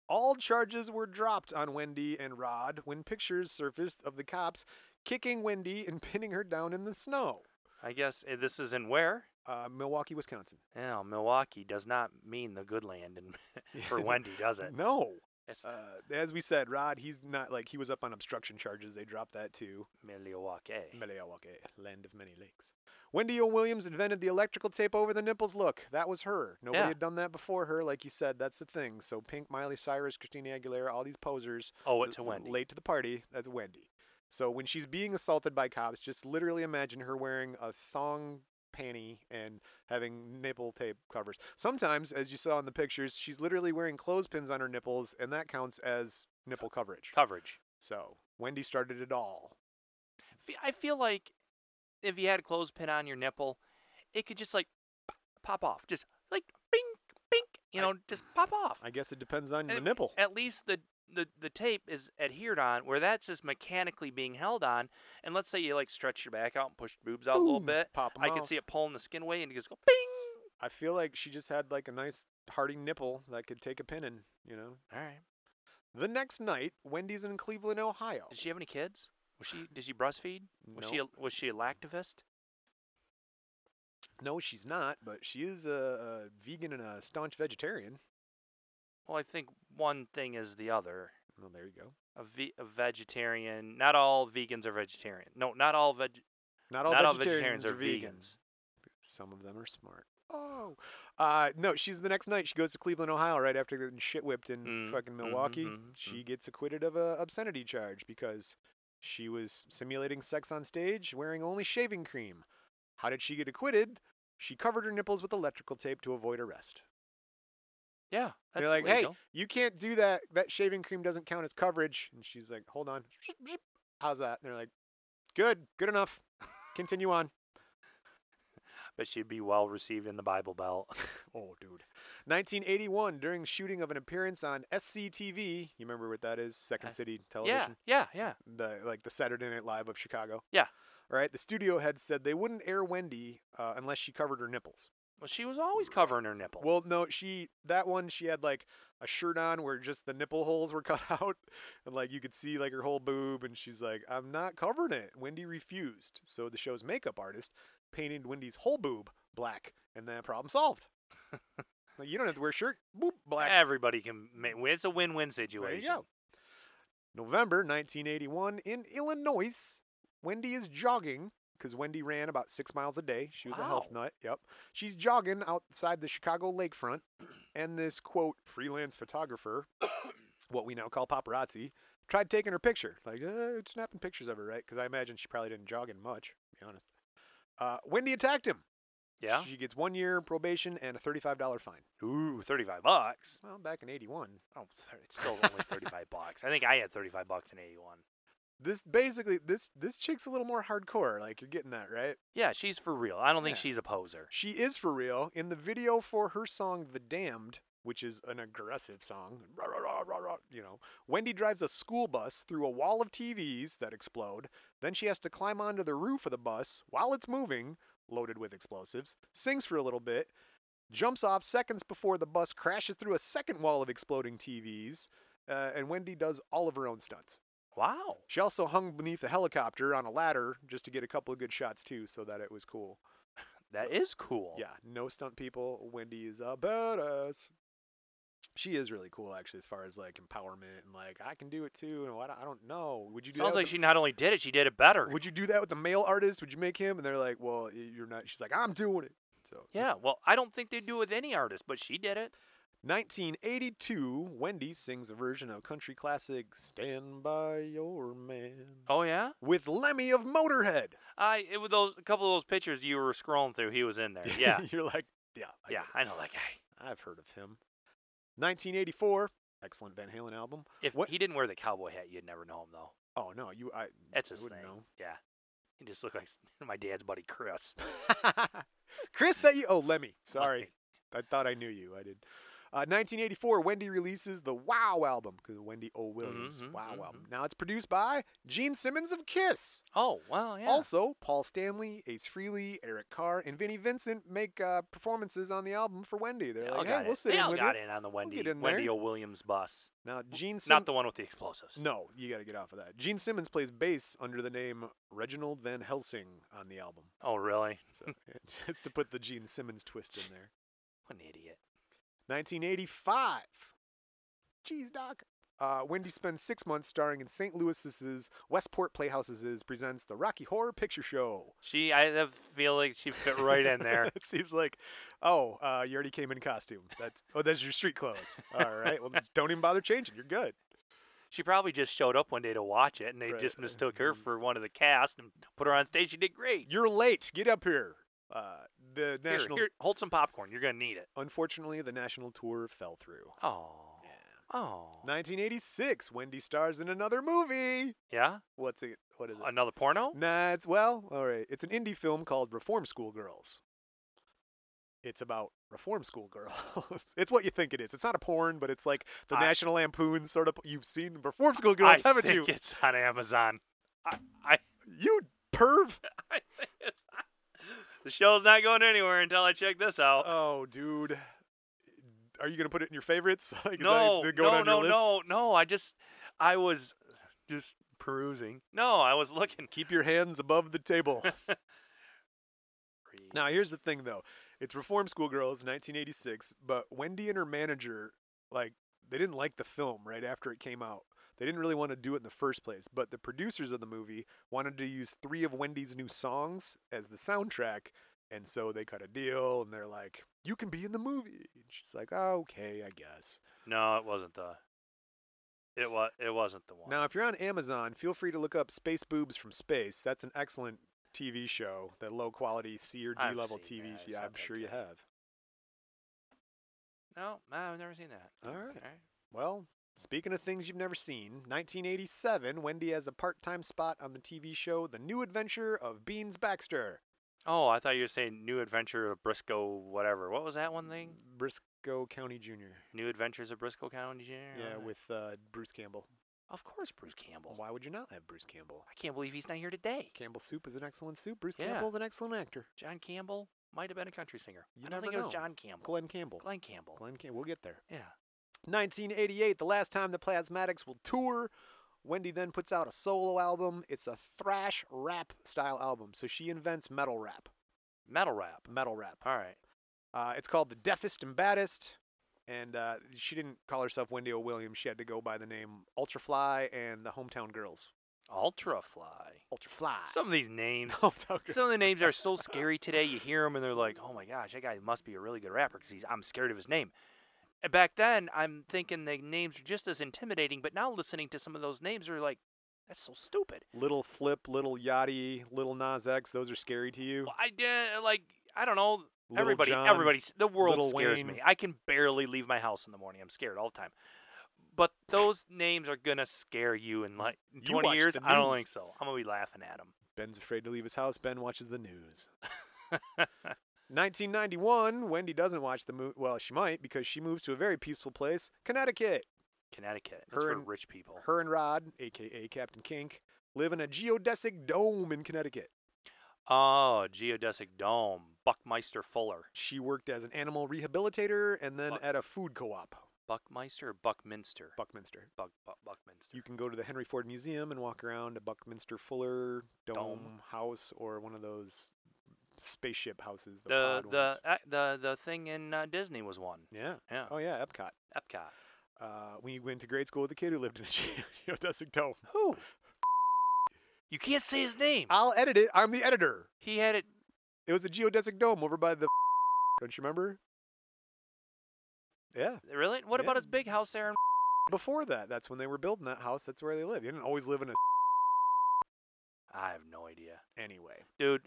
S2: All charges were dropped on Wendy and Rod when pictures surfaced of the cops kicking Wendy and pinning her down in the snow.
S3: I guess eh, this is in where?
S2: Uh, Milwaukee, Wisconsin.
S3: Yeah, Milwaukee does not mean the good land and for Wendy, does it?
S2: No.
S3: It's
S2: Uh, as we said, Rod, he's not like he was up on obstruction charges. They dropped that too.
S3: Milwaukee.
S2: Milwaukee, land of many lakes. Wendy O. Williams invented the electrical tape over the nipples look. That was her. Nobody
S3: Yeah.
S2: had done that before her. Like you said, that's the thing. So Pink, Miley Cyrus, Christina Aguilera, all these posers,
S3: Owe it
S2: l-
S3: to
S2: l-
S3: Wendy.
S2: Late to the party. That's Wendy. So when she's being assaulted by cops, just literally imagine her wearing a thong panty and having nipple tape covers. Sometimes, as you saw in the pictures, she's literally wearing clothespins on her nipples, and that counts as nipple coverage.
S3: Coverage.
S2: So Wendy started it all.
S3: Fe- I feel like if you had a clothespin on your nipple, it could just like pop off. Just like bink, bink, you
S2: I-
S3: know, just pop off.
S2: I guess it depends on the
S3: At-
S2: nipple.
S3: At least the, the, the tape is adhered on, where that's just mechanically being held on. And let's say you like stretch your back out and push your boobs out a little
S2: Boom,
S3: bit.
S2: pop 'em
S3: I can
S2: off.
S3: see it pulling the skin away and it just go bing.
S2: I feel like she just had like a nice hearty nipple that could take a pin in, you know.
S3: All right.
S2: The next night, Wendy's in Cleveland, Ohio.
S3: Did she have any kids? Was she? Did she breastfeed? Was she? A,
S2: Nope.
S3: was she a lactivist?
S2: No, she's not, but she is a, a vegan and a staunch vegetarian.
S3: Well, I think one thing is the other.
S2: Well, there you go.
S3: A, ve- a vegetarian. Not all vegans are vegetarian. No, not all veg.
S2: Not all,
S3: all
S2: vegetarians,
S3: vegetarians are
S2: are vegans. Some of them are smart. Oh, uh, no, she's the next night. She goes to Cleveland, Ohio, right after getting shit whipped in
S3: Mm,
S2: fucking
S3: mhm,
S2: Milwaukee.
S3: mhm,
S2: She gets acquitted of a obscenity charge because she was simulating sex on stage wearing only shaving cream. How did she get acquitted? She covered her nipples with electrical tape to avoid arrest.
S3: Yeah,
S2: They're
S3: that's
S2: like,
S3: legal.
S2: hey, you can't do that. That shaving cream doesn't count as coverage. And she's like, hold on. How's that? And they're like, good, good enough. Continue on.
S3: But she'd be well received in the Bible Belt.
S2: Oh, dude. 1981, during shooting of an appearance on SCTV, you remember what that is? Second
S3: Uh,
S2: City
S3: Yeah,
S2: Television?
S3: yeah, yeah.
S2: The, like the Saturday Night Live of Chicago.
S3: Yeah.
S2: All right. The studio had said they wouldn't air Wendy uh, unless she covered her nipples.
S3: Well, she was always covering her nipples.
S2: Well, no, she that one she had like a shirt on where just the nipple holes were cut out, and like you could see like her whole boob, and she's like, "I'm not covering it." Wendy refused, so the show's makeup artist painted Wendy's whole boob black, and that problem solved. like you don't have to wear a shirt, boop, black.
S3: everybody can. ma- It's a win-win
S2: There
S3: situation.
S2: you go. November 1981 in Illinois, Wendy is jogging because Wendy ran about six miles a day. She was a health nut. Yep. She's jogging outside the Chicago lakefront, and this quote freelance photographer, what we now call paparazzi, tried taking her picture. Like, uh, snapping pictures of her, right? Because I imagine she probably didn't jog in much, to be honest. Uh, Wendy attacked him.
S3: Yeah.
S2: She gets one year probation and a $35 fine.
S3: Ooh, thirty-five bucks.
S2: Well, back in 81,
S3: Oh, thir- it's still only thirty-five bucks. I think I had thirty-five bucks in eighty-one.
S2: this basically this this chick's a little more hardcore like you're getting that right
S3: Yeah, she's for real. I don't think
S2: Yeah.
S3: she's a poser.
S2: she is for real in the video for her song the damned which is an aggressive song rah, rah, rah, rah, rah, you know wendy drives a school bus through a wall of tvs that explode then she has to climb onto the roof of the bus while it's moving loaded with explosives sings for a little bit jumps off seconds before the bus crashes through a second wall of exploding tvs uh, and wendy does all of her own stunts
S3: Wow.
S2: she also hung beneath a helicopter on a ladder just to get a couple of good shots too, so that it was cool.
S3: That is cool.
S2: Yeah, no stunt people. Wendy is a badass. She is really cool, actually, as far as like empowerment and like I can do it too. And what I don't know. Would you do
S3: Sounds
S2: that
S3: like
S2: with
S3: she not only did it, she did it better.
S2: the, Would you do that with the male artist? Would you make him? And they're like, well, y- you're not. She's like, I'm doing it. So
S3: yeah. Well, I don't think they do with any artist, but she did it.
S2: 1982, Wendy sings a version of country classic "Stand by Your Man"
S3: Oh yeah.
S2: with Lemmy of Motorhead.
S3: I it was those a couple of those pictures you were scrolling through. He was in there. Yeah.
S2: you're like, yeah, I
S3: yeah.
S2: get it.
S3: I know that guy.
S2: I've heard of him. 1984, excellent Van Halen album.
S3: If
S2: What-
S3: he didn't wear the cowboy hat, you'd never know him though.
S2: Oh no, you I
S3: That's
S2: I
S3: his
S2: wouldn't
S3: thing. Yeah. He just looked like s- my dad's buddy Chris.
S2: know. Chris, that you. Oh, Lemmy. Sorry, I thought I knew you. I did. Uh, 1984, Wendy releases the Wow album because Wendy O. Williams
S3: Mhm,
S2: Wow
S3: mhm.
S2: album. Now it's produced by Gene Simmons of Kiss.
S3: Oh well. Yeah.
S2: Also, Paul Stanley, Ace Frehley, Eric Carr, and Vinnie Vincent make uh, performances on the album for Wendy. They're
S3: They all
S2: like,
S3: got
S2: hey, we'll
S3: it.
S2: sit
S3: they
S2: in
S3: all
S2: with
S3: got
S2: you.
S3: in on the Wendy
S2: get in
S3: Wendy
S2: there.
S3: O. Williams bus.
S2: Now, Gene Simmons.
S3: Not the one with the explosives.
S2: No, you got to get off of that. Gene Simmons plays bass under the name Reginald Van Helsing on the album.
S3: Oh really?
S2: So it's just to put the Gene Simmons twist in there.
S3: What an idiot.
S2: 1985. Jeez, Doc. Uh, Wendy spends six months starring in St. Louis's Westport Playhouses presents the Rocky Horror Picture Show.
S3: She I have- feel like she fit right in there.
S2: it seems like, oh, uh, you already came in costume. That's oh, that's your street clothes. All right, well, don't even bother changing. You're good.
S3: She probably just showed up one day to watch it, and they
S2: Right. Mm-hmm.
S3: just mistook her for one of the cast and put her on stage. She did great.
S2: You're late. Get up here. Uh, the
S3: Here,
S2: national.
S3: here, hold some popcorn. You're gonna need it.
S2: Unfortunately, the national tour fell through.
S3: Oh. Oh.
S2: 1986, Wendy stars in another movie.
S3: Yeah.
S2: What's it? What is it?
S3: Another porno.
S2: Nah, it's well, all right. It's an indie film called Reform School Girls. It's about reform school girls. it's what you think it is. It's not a porn, but it's like the
S3: I-
S2: National Lampoon sort of. You've seen reform school girls,
S3: I
S2: haven't
S3: think
S2: you?
S3: it's on Amazon. I, I,
S2: You perv.
S3: I think it's on. the show's not going anywhere until I check this out.
S2: Oh, dude. Are you gonna put it in your favorites? Like, is that-
S3: no,
S2: is it going
S3: no,
S2: on
S3: no,
S2: your list?
S3: no, no. I just, I was just perusing. No, I was looking.
S2: Keep your hands above the table. Now, here's the thing, though. It's Reform School Girls, 1986, but Wendy and her manager, like, they didn't like the film right after it came out. They didn't really want to do it in the first place, but the producers of the movie wanted to use three of Wendy's new songs as the soundtrack, and so they cut a deal, and they're like, you can be in the movie. And she's like, oh, okay, I guess.
S3: No, it wasn't the. It was. It wasn't the one.
S2: Now, if you're on Amazon, feel free to look up Space Boobs from Space. That's an excellent TV show, that low-quality C or
S3: I've
S2: D-level
S3: seen
S2: TV
S3: that. It's
S2: Yeah,
S3: not
S2: I'm
S3: that
S2: sure you
S3: good.
S2: have.
S3: no, no, I've never seen that.
S2: All right. Well, speaking of things you've never seen, 1987, Wendy has a part time spot on the TV show The New Adventure of Beans Baxter.
S3: Oh, I thought you were saying New Adventure of Briscoe, whatever. What was that one thing?
S2: Briscoe County Jr.
S3: New Adventures of Briscoe County Oh, Jr.
S2: Yeah, with uh, Bruce Campbell.
S3: of course Bruce Campbell.
S2: Why would you not have Bruce Campbell?
S3: I can't believe he's not here today.
S2: Campbell Soup is an excellent soup. Bruce
S3: Yeah.
S2: Campbell is an excellent actor.
S3: John Campbell might have been a country singer.
S2: You
S3: I
S2: never
S3: don't think it
S2: know.
S3: was John Campbell.
S2: Glenn Campbell.
S3: Glenn Campbell.
S2: Glenn Campbell. We'll get there.
S3: Yeah.
S2: 1988, the last time the Plasmatics will tour. Wendy then puts out a solo album. It's a thrash rap style album. So she invents metal rap.
S3: Metal rap.
S2: Metal rap.
S3: All right.
S2: Uh, it's called The Deafest and Baddest. And uh, she didn't call herself Wendy O. Williams. She had to go by the name Ultrafly and the Hometown Girls.
S3: Ultrafly.
S2: Ultrafly.
S3: Some of these names.
S2: Hometown Girls.
S3: Some of the names are so scary today. You hear them and they're like, "Oh my gosh, that guy must be a really good rapper because he's." I'm scared of his name. And Back then, I'm thinking the names are just as intimidating, but now listening to some of those names are like, "That's so stupid."
S2: Little Flip, Little Yachty, Little Nas X. Those are scary to you.
S3: Well, I did like I don't know.
S2: Little
S3: Everybody,
S2: John,
S3: everybody's the world
S2: Little
S3: scares
S2: Wayne.
S3: me. I can barely leave my house in the morning. I'm scared all the time. But those names are gonna scare you in like
S2: You
S3: 20
S2: watch
S3: years.
S2: the
S3: I don't
S2: news.
S3: think so. I'm gonna be laughing at them.
S2: Ben's afraid to leave his house. Ben watches the news. 1991, Wendy doesn't watch the movie. Well, she might because she moves to a very peaceful place, Connecticut.
S3: Connecticut. It's
S2: Her
S3: for
S2: and-
S3: rich people.
S2: Her and Rod, aka Captain Kink, live in a geodesic dome in Connecticut.
S3: Oh, geodesic dome. Buckmeister Fuller.
S2: She worked as an animal rehabilitator and then
S3: Buck-
S2: at a food co-op,
S3: Buckmeister or Buckminster?
S2: Buckminster.
S3: Buck, Buck- Buckminster.
S2: You can go to the Henry Ford Museum and walk around a Buckminster Fuller dome,
S3: Dome.
S2: house or one of those spaceship houses. The,
S3: The
S2: pod ones.
S3: the uh, the the thing in uh, Disney was one.
S2: yeah.
S3: Yeah.
S2: Oh yeah, Epcot.
S3: Epcot.
S2: Uh, we went to grade school with a kid who lived in a ge- geodesic dome.
S3: Who? You can't say his name.
S2: I'll edit it. I'm the editor.
S3: He had it.
S2: It was a geodesic dome over by the. Don't you remember? Yeah.
S3: Really? What about
S2: Yeah.
S3: his big house there in
S2: Before that, that's when they were building that house. That's where they lived. They didn't always live in a.
S3: I have no idea,
S2: Anyway,
S3: dude.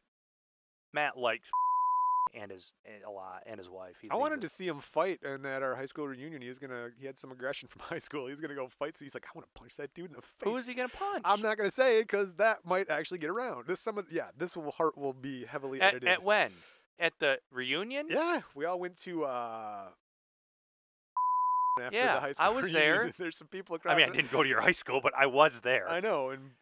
S3: Matt likes and his and a lot and his wife. He
S2: I
S3: thinks
S2: wanted to
S3: it's-
S2: see him fight, and at our high school reunion, he was gonna. He had some aggression from high school. He's gonna go fight. So he's like, I want to punch that dude in the face.
S3: Who is he gonna punch?
S2: I'm not gonna say it because that might actually get around. This some of yeah. This will heart will be heavily
S3: At,
S2: edited.
S3: at when? At the reunion?
S2: Yeah, we all went to. uh after
S3: Yeah,
S2: the high
S3: I
S2: school
S3: was
S2: reunion.
S3: there.
S2: There's some people across.
S3: I mean, I
S2: the-
S3: didn't go to your high school, but I was there.
S2: I know, and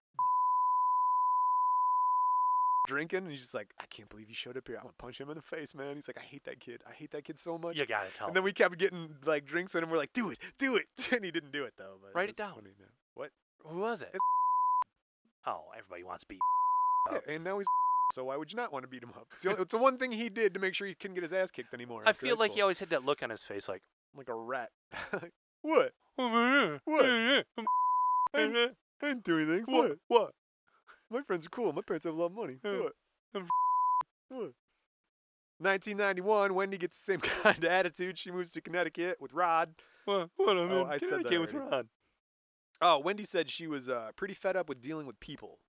S2: drinking, and he's just like, I can't believe you showed up here. I'm gonna punch him in the face, man. He's like, I hate that kid. I hate that kid so much.
S3: You gotta tell.
S2: and then
S3: him.
S2: we kept getting like drinks in, and we're like, do it, do it, and he didn't do it though. But
S3: Write it
S2: that's
S3: down.
S2: funny now. What?
S3: Who was it?
S2: It's
S3: Oh, everybody wants to be.
S2: Yeah, and now he's. So why would you not want to beat him up? It's the, it's the one thing he did to make sure he couldn't get his ass kicked anymore.
S3: I
S2: after
S3: feel
S2: high
S3: like he
S2: school.
S3: always had that look on his face, like.
S2: like a rat. what?
S3: What?
S2: I'm- I didn't do anything. What?
S3: What?
S2: My friends are cool. My parents have a lot of money.
S3: Yeah.
S2: What?
S3: I'm
S2: What? 1991, Wendy gets the same kind of attitude. She moves to Connecticut with Rod.
S3: What? What? I'm
S2: Oh,
S3: in
S2: I said that
S3: Connecticut with
S2: already.
S3: Ron.
S2: Oh, Wendy said she was uh, pretty fed up with dealing with people.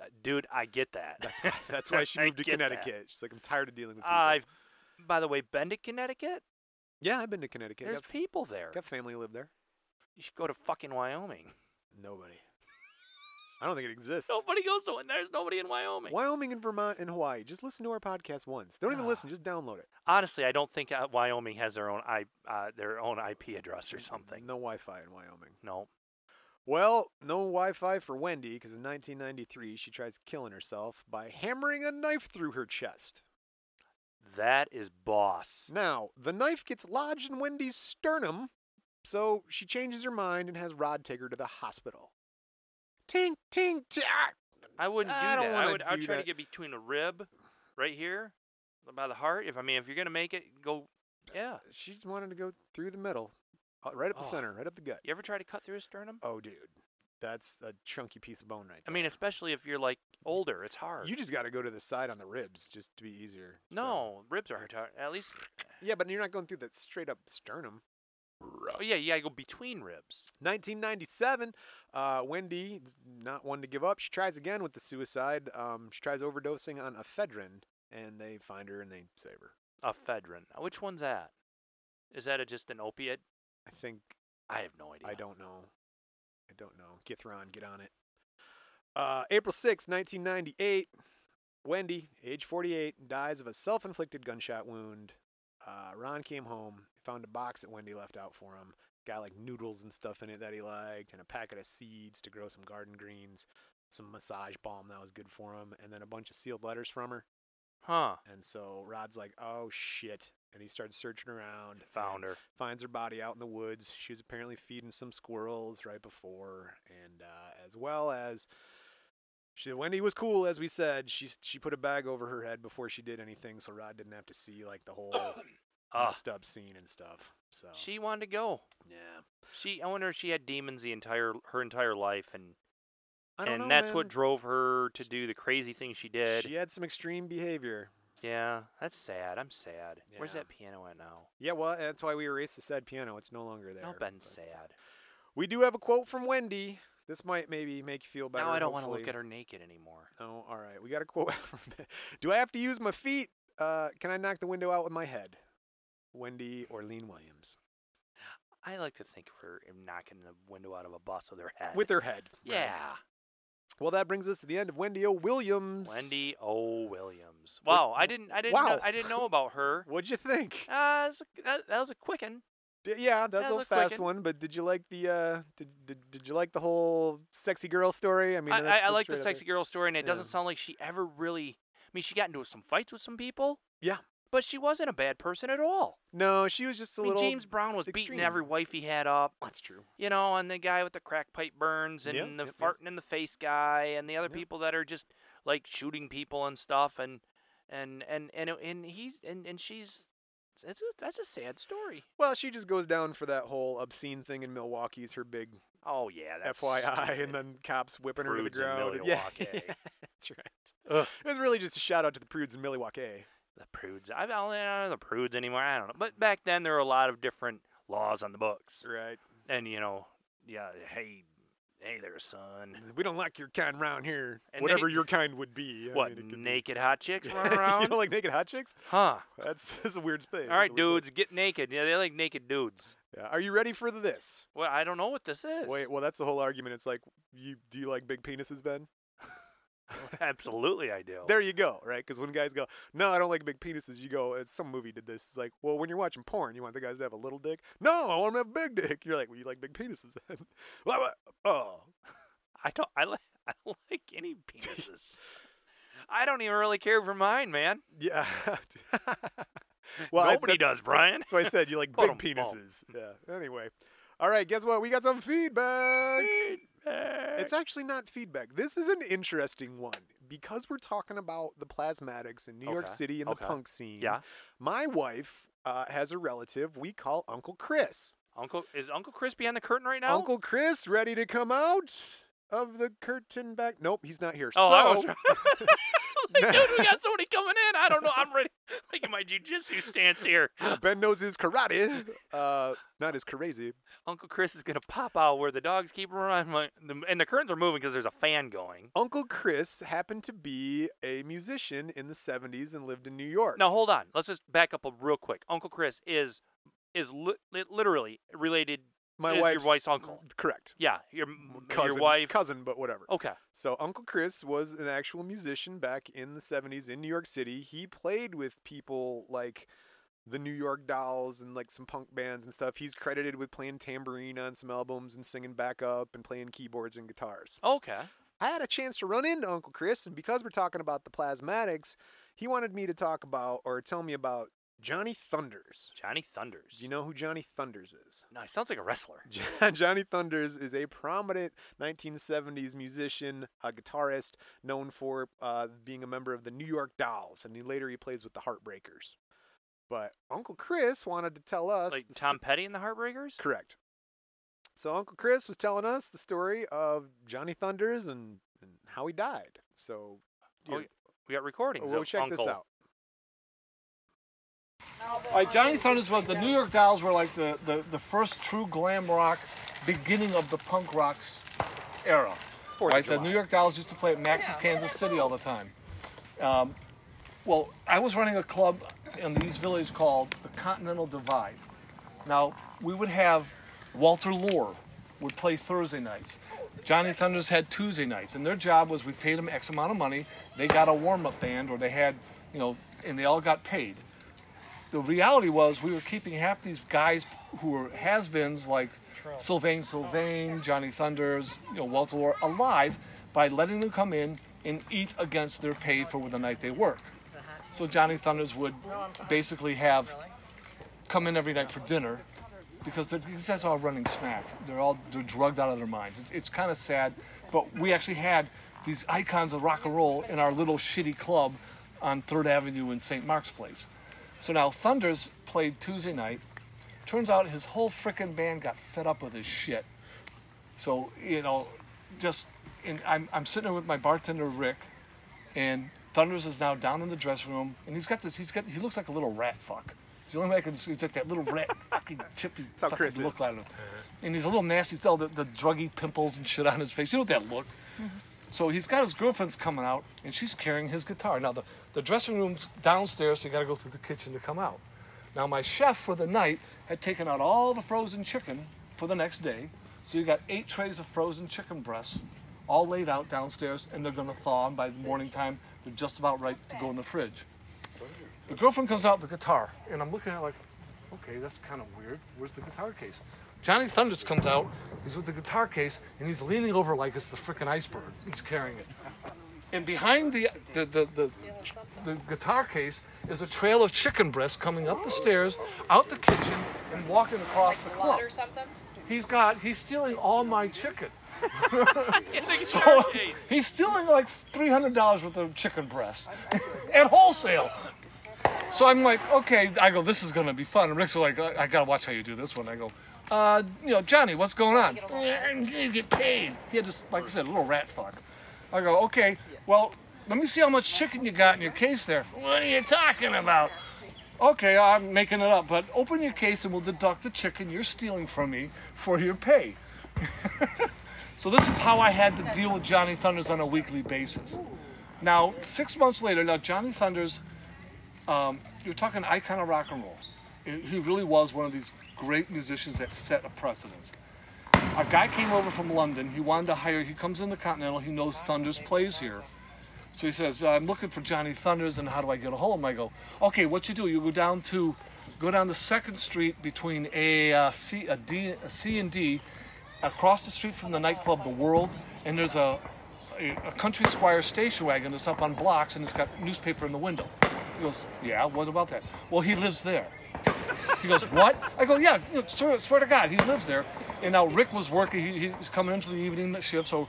S3: Uh, Dude, I get that.
S2: That's why, that's why she
S3: I
S2: moved to
S3: get that.
S2: Connecticut. She's like, I'm tired of dealing with people.
S3: I've, by the way, been to Connecticut.
S2: yeah, I've been to Connecticut.
S3: There's
S2: got,
S3: people there.
S2: got family live there.
S3: You should go to fucking Wyoming.
S2: Nobody. I don't think it exists.
S3: Nobody goes to. There's nobody in Wyoming.
S2: Wyoming and Vermont and Hawaii. Just listen to our podcast once. Don't even
S3: Ah.
S2: listen. Just download it.
S3: Honestly, I don't think uh, Wyoming has their own I, uh, their own IP address or something.
S2: No Wi-Fi in Wyoming.
S3: No.
S2: Well, no Wi Fi for Wendy because in 1993 she tries killing herself by hammering a knife through her chest.
S3: That is boss.
S2: Now, the knife gets lodged in Wendy's sternum, so she changes her mind and has Rod take her to the hospital. Tink, tink, tink.
S3: I wouldn't do
S2: I don't
S3: that. I
S2: wanna
S3: would. I'd
S2: do
S3: try
S2: that.
S3: to get between a rib, right here, by the heart. If I mean, if you're gonna make it, go. Yeah.
S2: She just wanted to go through the middle, uh, right up the
S3: Oh.
S2: center, right up the gut.
S3: You ever try to cut through a sternum?
S2: Oh, dude. That's a chunky piece of bone right
S3: I
S2: there.
S3: mean, especially if you're like older, it's hard.
S2: you just got to go to the side on the ribs just to be easier. so-
S3: no, ribs are hard. to- At least,
S2: Yeah, but you're not going through that straight up sternum.
S3: oh yeah, you gotta go between ribs.
S2: 1997, uh, Wendy, not one to give up, she tries again with the suicide. Um, she tries overdosing on ephedrine, and they find her and they save her.
S3: Ephedrine. Uh, Which one's that? Is that a, just an opiate?
S2: I think
S3: I have no idea.
S2: I don't know. I don't know. Githron, get on it. Uh, April 6, 1998, Wendy, age 48, dies of a self inflicted gunshot wound. Uh, Ron came home, found a box that Wendy left out for him. Got like noodles and stuff in it that he liked, and a packet of seeds to grow some garden greens, some massage balm that was good for him, and then a bunch of sealed letters from her.
S3: Huh.
S2: And so Rod's like, oh shit. And he starts searching around.
S3: Found
S2: and
S3: her.
S2: Finds her body out in the woods. She was apparently feeding some squirrels right before. And uh, as well as she, Wendy was cool, as we said. She, s- she put a bag over her head before she did anything. So Rod didn't have to see like the whole
S3: Ah,
S2: messed up scene and stuff. So,
S3: she wanted to go.
S2: yeah.
S3: She, I wonder if she had demons the entire her entire life, and
S2: I don't
S3: and
S2: know,
S3: that's what
S2: man.
S3: drove her to do the crazy thing she did.
S2: She had some extreme behavior.
S3: yeah, that's sad. I'm sad. Where's
S2: Yeah.
S3: that piano at now?
S2: Yeah, well, that's why we erased the said piano. It's no longer there.
S3: No,
S2: but,
S3: Ben's
S2: uh,
S3: sad.
S2: We do have a quote from Wendy. This might maybe make you feel better.
S3: Now I don't
S2: want to
S3: look at her naked anymore.
S2: Oh, all right. We got a quote. from Ben. do I have to use my feet? Uh, can I knock the window out with my head? Wendy Orlean Williams
S3: I like to think of her knocking the window out of a bus with her head.
S2: with her head. right.
S3: yeah,
S2: Well, that brings us to the end of Wendy O. Williams.
S3: Wendy O. Williams. Wow, I didn't, I didn't, know,
S2: wow.
S3: I didn't know about her.
S2: What'd you think?
S3: Uh, it's a- that, that was a quicken.
S2: D- yeah,
S3: that
S2: that's a
S3: was a quick
S2: fast
S3: un.
S2: one. But did you like the uh, did, did, did you like the whole sexy girl story? I mean,
S3: I,
S2: that's-
S3: I, I
S2: that's
S3: like the
S2: right up
S3: sexy
S2: there.
S3: girl story, and it doesn't
S2: Yeah.
S3: sound like she ever really. I mean, she got into some fights with some people.
S2: Yeah.
S3: But she wasn't a bad person at all.
S2: No, she was just a
S3: I mean,
S2: little.
S3: James Brown was
S2: extreme.
S3: beating every wife he had up,
S2: That's true.
S3: you know, and the guy with the crack pipe burns, and
S2: Yeah, yep,
S3: the
S2: yep.
S3: farting in the face guy, and the other
S2: Yeah.
S3: people that are just like shooting people and stuff, and and and and and he's and and she's. That's a, that's a sad story.
S2: Well, she just goes down for that whole obscene thing in Milwaukee. Is her big
S3: Oh yeah, that's
S2: FYI, and
S3: stupid.
S2: then cops whipping her to the
S3: Prudes in
S2: ground. and- yeah,
S3: Milwaukee.
S2: yeah, that's right.
S3: Ugh.
S2: It was really just a shout out to the prudes in Milwaukee.
S3: the prudes. I don't know the prudes anymore. I don't know. But back then there were a lot of different laws on the books.
S2: Right.
S3: and you know, yeah, hey, hey there, son.
S2: We don't like your kind round here.
S3: And
S2: whatever
S3: they-
S2: your kind would be. I
S3: What
S2: mean, it could be-
S3: naked hot chicks running
S2: you
S3: around?
S2: don't like naked hot chicks?
S3: Huh?
S2: That's, that's a weird space.
S3: All right, dudes, get naked. Yeah, they like naked dudes.
S2: Yeah. Are you ready for the this?
S3: Well, I don't know what this is.
S2: Wait, well, that's the whole argument. It's like, you do you like big penises, Ben?
S3: absolutely, I do.
S2: There you go, right? Because when guys go, no, I don't like big penises, you go, it's some movie did this. It's like, well, when you're watching porn, you want the guys to have a little dick? No, I want them to have a big dick. You're like, well, you like big penises then. Well, I- oh,
S3: I don't. I like. I don't like any penises. I don't even really care for mine, man.
S2: yeah. well, I-
S3: Nobody
S2: that-
S3: does, Brian.
S2: That's why I said you like big
S3: Bottom bump.
S2: penises. Yeah. Anyway. All right, guess what? We got some feedback. It's actually not feedback. This is an interesting one because we're talking about the plasmatics in New York
S3: Okay,
S2: City and
S3: okay.
S2: the punk scene.
S3: yeah.
S2: My wife uh, has a relative we call Uncle Chris.
S3: Uncle is Uncle Chris behind the curtain right now?
S2: Uncle Chris ready to come out of the curtain back. Nope, he's not here.
S3: Oh,
S2: so,
S3: I was right. like, dude, we got somebody coming in. I don't know. I'm ready. Like in my jujitsu stance here.
S2: Ben knows his karate. Uh, not his crazy.
S3: Uncle Chris is gonna pop out where the dogs keep running, like, the- and the curtains are moving because there's a fan going.
S2: Uncle Chris happened to be a musician in the 70s and lived in New York.
S3: Now hold on. Let's just back up a real quick. Uncle Chris is is li- li- literally related.
S2: my
S3: is your
S2: wife's,
S3: wife's uncle.
S2: Correct.
S3: Yeah, your
S2: Cousin,
S3: your wife.
S2: Cousin, but whatever.
S3: Okay.
S2: So Uncle Chris was an actual musician back in the 70s in New York City. He played with people like the New York Dolls and like some punk bands and stuff. He's credited with playing tambourine on some albums and singing backup and playing keyboards and guitars.
S3: Okay.
S2: I had a chance to run into Uncle Chris, and because we're talking about the plasmatics, he wanted me to talk about or tell me about Johnny Thunders.
S3: Johnny Thunders.
S2: Do you know who Johnny Thunders is?
S3: no, he sounds like a wrestler.
S2: John- Johnny Thunders is a prominent 1970s musician, a guitarist known for uh, being a member of the New York Dolls, and he later he plays with the Heartbreakers. But Uncle Chris wanted to tell us
S3: Like
S2: the sto-
S3: Tom Petty and the Heartbreakers.
S2: correct. So Uncle Chris was telling us the story of Johnny Thunders and, and how he died. So
S3: Oh,
S2: you-
S3: We got recordings.
S2: Oh, we'll
S3: of
S2: check
S3: Uncle.
S2: this out.
S4: All right, Johnny Thunders was the New York Dolls were like the, the, the first true glam rock, beginning of the punk rocks era.
S2: Fourth of
S4: right, the
S2: July.
S4: New York Dolls used to play at Max's Kansas City all the time. Um, well, I was running a club in the East Village called the Continental Divide. Now we would have Walter Lohr would play Thursday nights. Johnny Thunders had Tuesday nights, and their job was we paid them X amount of money. They got a warm up band, or they had, you know, and they all got paid. The reality was we were keeping half these guys who were has beens like Sylvain Sylvain, Johnny Thunders, you know, Walter Orr alive by letting them come in and eat against their pay for the night they work. So Johnny Thunders would basically have come in every night for dinner because they're, these guys are all running smack. They're all they're drugged out of their minds. It's, it's kind of sad, but we actually had these icons of rock and roll in our little shitty club on Third Avenue in St. Mark's Place. So now Thunders played Tuesday night. Turns out his whole frickin' band got fed up with his shit. So you know, just and I'm I'm sitting there with my bartender Rick, and Thunders is now down in the dressing room, and he's got this. He's got. He looks like a little rat fuck. It's the only way I can. He's like that little rat fucking chippy
S2: how
S4: fucking
S2: Chris
S4: look
S2: is.
S4: like him. And he's a little nasty. It's all the, the druggy pimples and shit on his face. You know that look. So he's got his girlfriend's coming out, and she's carrying his guitar. Now the the dressing room's downstairs, so you got to go through the kitchen to come out. Now my chef for the night had taken out all the frozen chicken for the next day, so you got eight trays of frozen chicken breasts all laid out downstairs, and they're gonna thaw. And by the morning time, they're just about right to go in the fridge. The girlfriend comes out with the guitar, and I'm looking at it like, okay, that's kind of weird. Where's the guitar case? Johnny Thunders comes out. He's with the guitar case, and he's leaning over like it's the freaking iceberg. He's carrying it. And behind the the, the, the the guitar case is a trail of chicken breasts coming up the stairs, out the kitchen, and walking across the club.
S5: or something?
S4: He's got he's stealing all my chicken.
S3: So,
S4: So he's stealing like three hundred dollars worth of chicken breasts at wholesale. So I'm like, okay, I go, this is gonna be fun. And Rick's like, I, I gotta watch how you do this one. I go, uh, you know, Johnny, what's going on? "Eh, I'm gonna get paid. He had this, like I said, a little rat fuck. I go, okay, well, let me see how much chicken you got in your case there. What are you talking about? Okay, I'm making it up, but open your case and we'll deduct the chicken you're stealing from me for your pay. So this is how I had to deal with Johnny Thunders on a weekly basis. Now, six months later, now Johnny Thunders, um, you're talking icon of rock and roll. He- He really was one of these great musicians that set a precedence. A guy came over from London. He wanted to hire. He comes in the Continental. He knows Thunders plays here. So he says, "I'm looking for Johnny Thunders, and how do I get a hold of him?" I go, "Okay, what you do? You go down to, go down the second street between a uh, C, a D, a C and D, across the street from the nightclub The World, and there's a, a, a country squire station wagon that's up on blocks, and it's got newspaper in the window." He goes, "Yeah, what about that?" Well, he lives there. He goes, "What?" I go, "Yeah, you know, swear, swear to God, he lives there." And now Rick was working; he, he was coming into the evening shift, so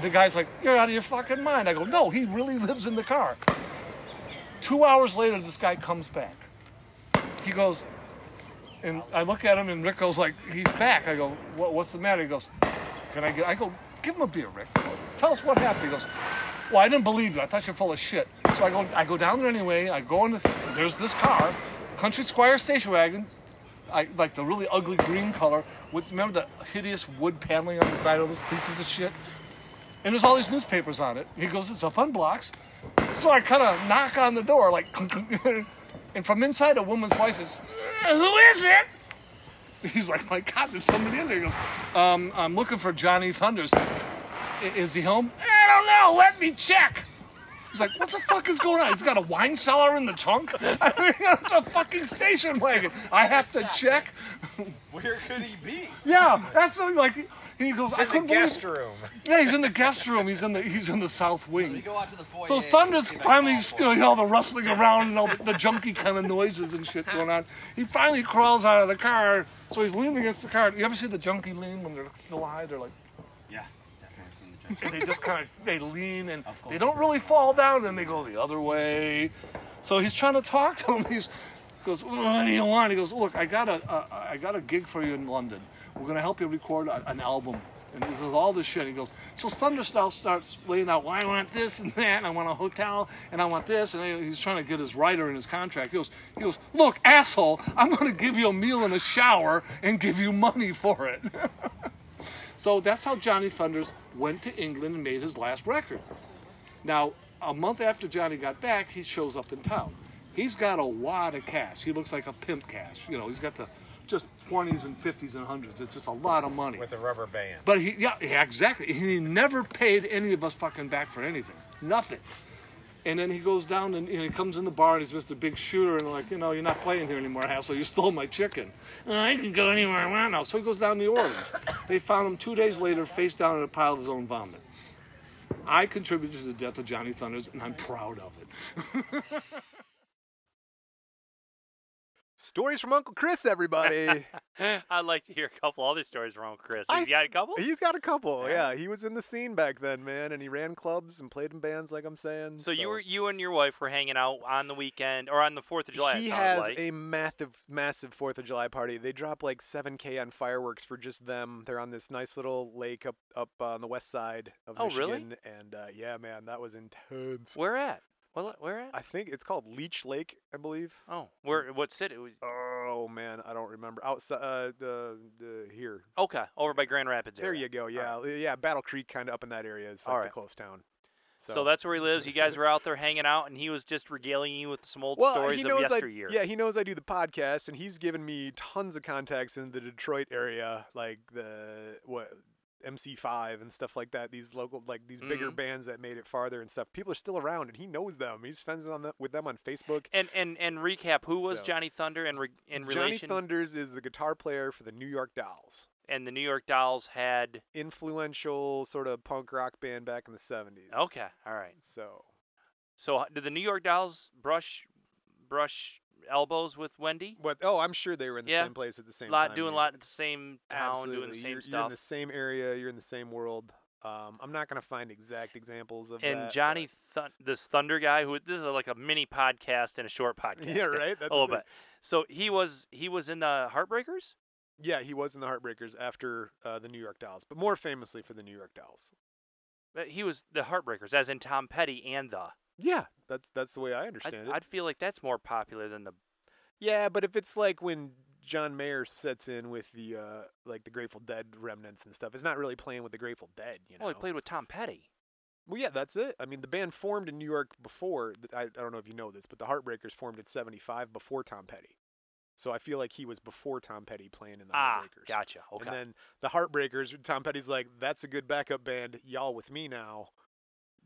S4: the guy's like, "You're out of your fucking mind." I go, "No, he really lives in the car." Two hours later, this guy comes back. He goes, and I look at him, and Rick goes like, "He's back." I go, "What- "What's the matter?" He goes, "Can I get?" I go, "Give him a beer, Rick. Tell us what happened." He goes, "Well, I didn't believe you. I thought you're full of shit." So I go, I go down there anyway. I go in this. There's this car, Country Squire station wagon. I like the really ugly green color with remember the hideous wood paneling on the side of this pieces of shit. And there's all these newspapers on it. He goes, "It's up on blocks." So I kind of knock on the door, like, and from inside a woman's voice is, "Who is it?" He's like, my God, there's somebody in there. He goes, um, I'm looking for Johnny Thunders. "I- is he home? I don't know. Let me check. He's like, what the fuck is going on? He's got a wine cellar in the trunk? I mean, it's a fucking station wagon. I have to check.
S6: Where could he be?
S4: Yeah, that's something like, he goes, I
S6: In the
S4: couldn't
S6: guest
S4: believe
S6: room.
S4: Yeah, he's in the guest room. He's in the, he's in the south wing.
S6: You go out to the foyer.
S4: So
S6: and
S4: Thunder's
S6: see if I
S4: finally,
S6: fall
S4: you
S6: for
S4: know,
S6: it.
S4: you know, all the rustling around and all the, the junky kind of noises and shit going on. He finally crawls out of the car, so he's leaning against the car. You ever see the junkie lean when they're still high? They're like,
S7: Yeah, definitely.
S4: and they just kind of they lean and they don't really fall down, and they go the other way. So he's trying to talk to him. He's goes, what do you want? He goes, look, I got a, a I got a gig for you in London. We're gonna help you record a, an album. And he says all this shit. He goes, so Thunderstyle starts laying out, well, I want this and that, and I want a hotel, and I want this, and he's trying to get his writer in his contract. He goes, he goes, look, asshole, I'm gonna give you a meal and a shower and give you money for it. So that's how Johnny Thunders went to England and made his last record. Now, a month after Johnny got back, he shows up in town. He's got a wad of cash. He looks like a pimp cash. You know, he's got the just 20s and 50s and 100s. It's just a lot of money.
S6: with a rubber band.
S4: But he, yeah, yeah, exactly. He never paid any of us fucking back for anything. Nothing. And then he goes down and you know, he comes in the bar and he's Mr. Big Shooter and like, you know, you're not playing here anymore, asshole. You stole my chicken. "Oh, I can go anywhere I want now. So he goes down to New Orleans. They found him two days later, face down in a pile of his own vomit. I contributed to the death of Johnny Thunders, and I'm proud of it.
S2: Stories from Uncle Chris, everybody.
S3: I'd like to hear a couple other stories from Chris.
S2: I-
S3: Have you got a couple?
S2: He's got a couple. Yeah. he was in the scene back then, man, and he ran clubs and played in bands, like I'm saying.
S3: So you were you and your wife were hanging out on the weekend or on the Fourth of July. it
S2: He
S3: sounded
S2: has
S3: like.
S2: a massive, massive Fourth of July party. They drop like 7K on fireworks for just them. They're on this nice little lake up up on the west side of
S3: Oh,
S2: Michigan.
S3: really?
S2: And uh, yeah, man, that was intense.
S3: Where at? Well, where at?
S2: I think it's called Leech Lake, I believe.
S3: oh, where? What city? was-
S2: Oh man, I don't remember. Outside, uh, uh, uh, here.
S3: Okay, over by Grand Rapids.
S2: There
S3: area.
S2: you go.
S3: All
S2: Yeah,
S3: right.
S2: li- yeah. Battle Creek, kind of up in that area, is like
S3: All
S2: the
S3: right.
S2: close town.
S3: So. that's where he lives. You guys were out there hanging out, and he was just regaling you with some old
S2: well,
S3: stories
S2: he
S3: of
S2: knows I,
S3: yesteryear.
S2: yeah, he knows I do the podcast, and he's given me tons of contacts in the Detroit area, like the what MC5 and stuff like that. These local, like these bigger
S3: Mhm.
S2: bands that made it farther and stuff. People are still around, and he knows them. He's friends on the, with them on Facebook.
S3: And and and recap. Who was
S2: So-
S3: Johnny Thunder in re, in
S2: Johnny
S3: relation?
S2: Thunders is the guitar player for the New York Dolls.
S3: and the New York Dolls had.
S2: influential sort of punk rock band back in the 70s.
S3: Okay, all right.
S2: So,
S3: So h- did the New York Dolls brush brush elbows with Wendy?
S2: but oh, I'm sure they were in the
S3: Yeah.
S2: same place at the same
S3: lot
S2: time.
S3: doing a
S2: yeah.
S3: lot at the same town,
S2: Absolutely.
S3: doing the same
S2: you're,
S3: stuff.
S2: You're in the same area, you're in the same world. Um, I'm not going to find exact examples of
S3: and
S2: that,
S3: Johnny Thun this Thunder guy who this is like a mini podcast and a short podcast.
S2: Yeah, right, that's
S3: a little
S2: the-
S3: bit. So he was he was in the Heartbreakers.
S2: but- yeah, he was in the Heartbreakers after uh, the New York Dolls, but more famously for the New York Dolls.
S3: Uh, He was the Heartbreakers, as in Tom Petty and the.
S2: Yeah, that's that's the way I
S3: I'd,
S2: understand it.
S3: I'd feel like that's more popular than the.
S2: yeah, but if it's like when John Mayer sets in with the uh, like the Grateful Dead remnants and stuff, it's not really playing with the Grateful Dead, you know.
S3: Well, he played with Tom Petty.
S2: Well, yeah, that's it. I mean, the band formed in New York before. th- I, I don't know if you know this, but the Heartbreakers formed in '75 before Tom Petty. So I feel like he was before Tom Petty playing in the
S3: Ah,
S2: Heartbreakers.
S3: gotcha. Okay.
S2: And then the Heartbreakers, Tom Petty's like, "That's a good backup band, y'all with me now."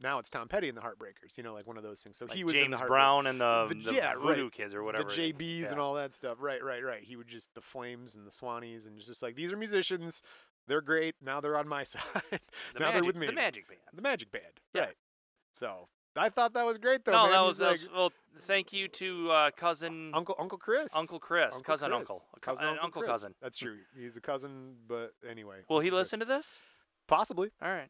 S2: Now it's Tom Petty and the Heartbreakers. You know, like one of those things. So
S3: Like
S2: he was in
S3: James
S2: the Heartbreakers.
S3: Brown and the,
S2: The-
S3: the
S2: yeah, right.
S3: Voodoo Kids or whatever.
S2: The
S3: it
S2: JBs
S3: is.
S2: and
S3: Yeah.
S2: all that stuff. Right, right, right. He would just the Flames and the Swannies and just like these are musicians. They're great. Now they're on my side.
S3: The
S2: now
S3: magic,
S2: they're with me.
S3: The Magic Band.
S2: The Magic Band.
S3: Yeah.
S2: Right. So I thought that was great though.
S3: no,
S2: man.
S3: that
S2: He's
S3: was, that was- well. Thank you to uh, cousin
S2: like, Uncle Uncle Chris.
S3: Uncle Chris,
S2: Uncle
S3: cousin
S2: Chris.
S3: uncle, a cou-
S2: cousin
S3: an
S2: Uncle,
S3: uncle
S2: Chris.
S3: cousin.
S2: That's true. He's a cousin, but anyway.
S3: Will he
S2: Uncle Chris.
S3: listen to this?
S2: Possibly.
S3: All right.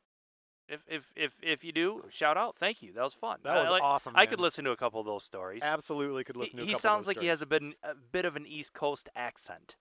S3: If if if if you do, shout out. Thank you. That was fun.
S2: That
S3: I-
S2: was
S3: I like-
S2: awesome,
S3: I could
S2: man.
S3: listen to a couple of those stories.
S2: Absolutely could
S3: He-
S2: listen to.
S3: he sounds like he has a bit a bit of an East Coast accent.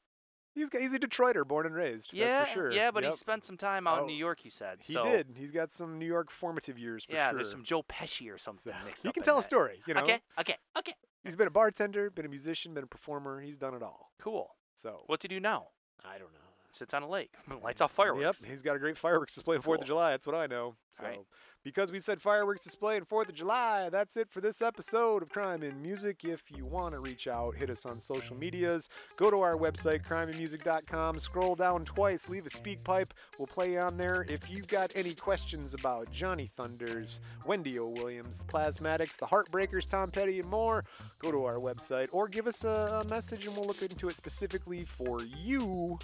S2: He's got, he's a Detroiter, born and raised.
S3: yeah,
S2: that's for sure.
S3: yeah, but
S2: Yep.
S3: he spent some time out in
S2: Oh,
S3: New York. You said
S2: He
S3: so.
S2: did. He's got some New York formative years for
S3: yeah,
S2: sure.
S3: there's some Joe Pesci or something
S2: So-
S3: mixed
S2: he
S3: up.
S2: can
S3: in
S2: tell a
S3: that.
S2: story. You know,
S3: Okay, okay, okay.
S2: he's been a bartender, been a musician, been a performer. He's done it all.
S3: Cool.
S2: So
S3: What to do now?
S2: I don't know.
S3: Sits on a lake, lights off fireworks.
S2: Yep, he's got a great fireworks display on Fourth of
S3: Cool.
S2: July. That's what I know. So,
S3: Right.
S2: because we said fireworks display and Fourth of July, that's it for this episode of Crime and Music. If you want to reach out, hit us on social medias. Go to our website, crimeandmusic.com. Scroll down twice, leave a speak pipe. We'll play you on there. If you've got any questions about Johnny Thunders, Wendy O. Williams, the Plasmatics, the Heartbreakers, Tom Petty, and more, go to our website or give us a, a message and we'll look into it specifically for you.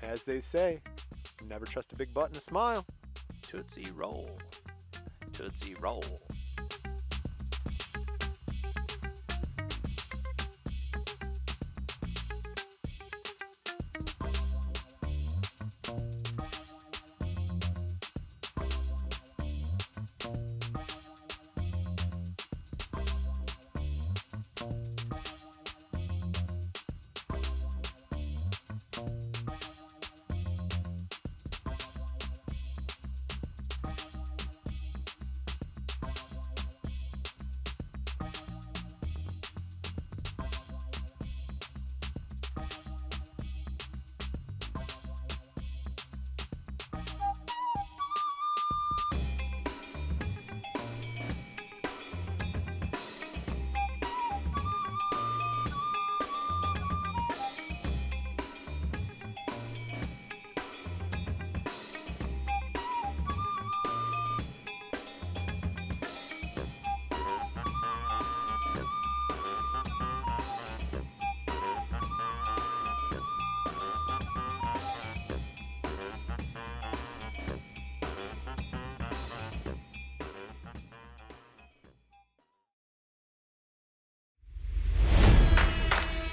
S2: As they say, never trust a big butt and a smile.
S3: Tootsie roll, tootsie roll.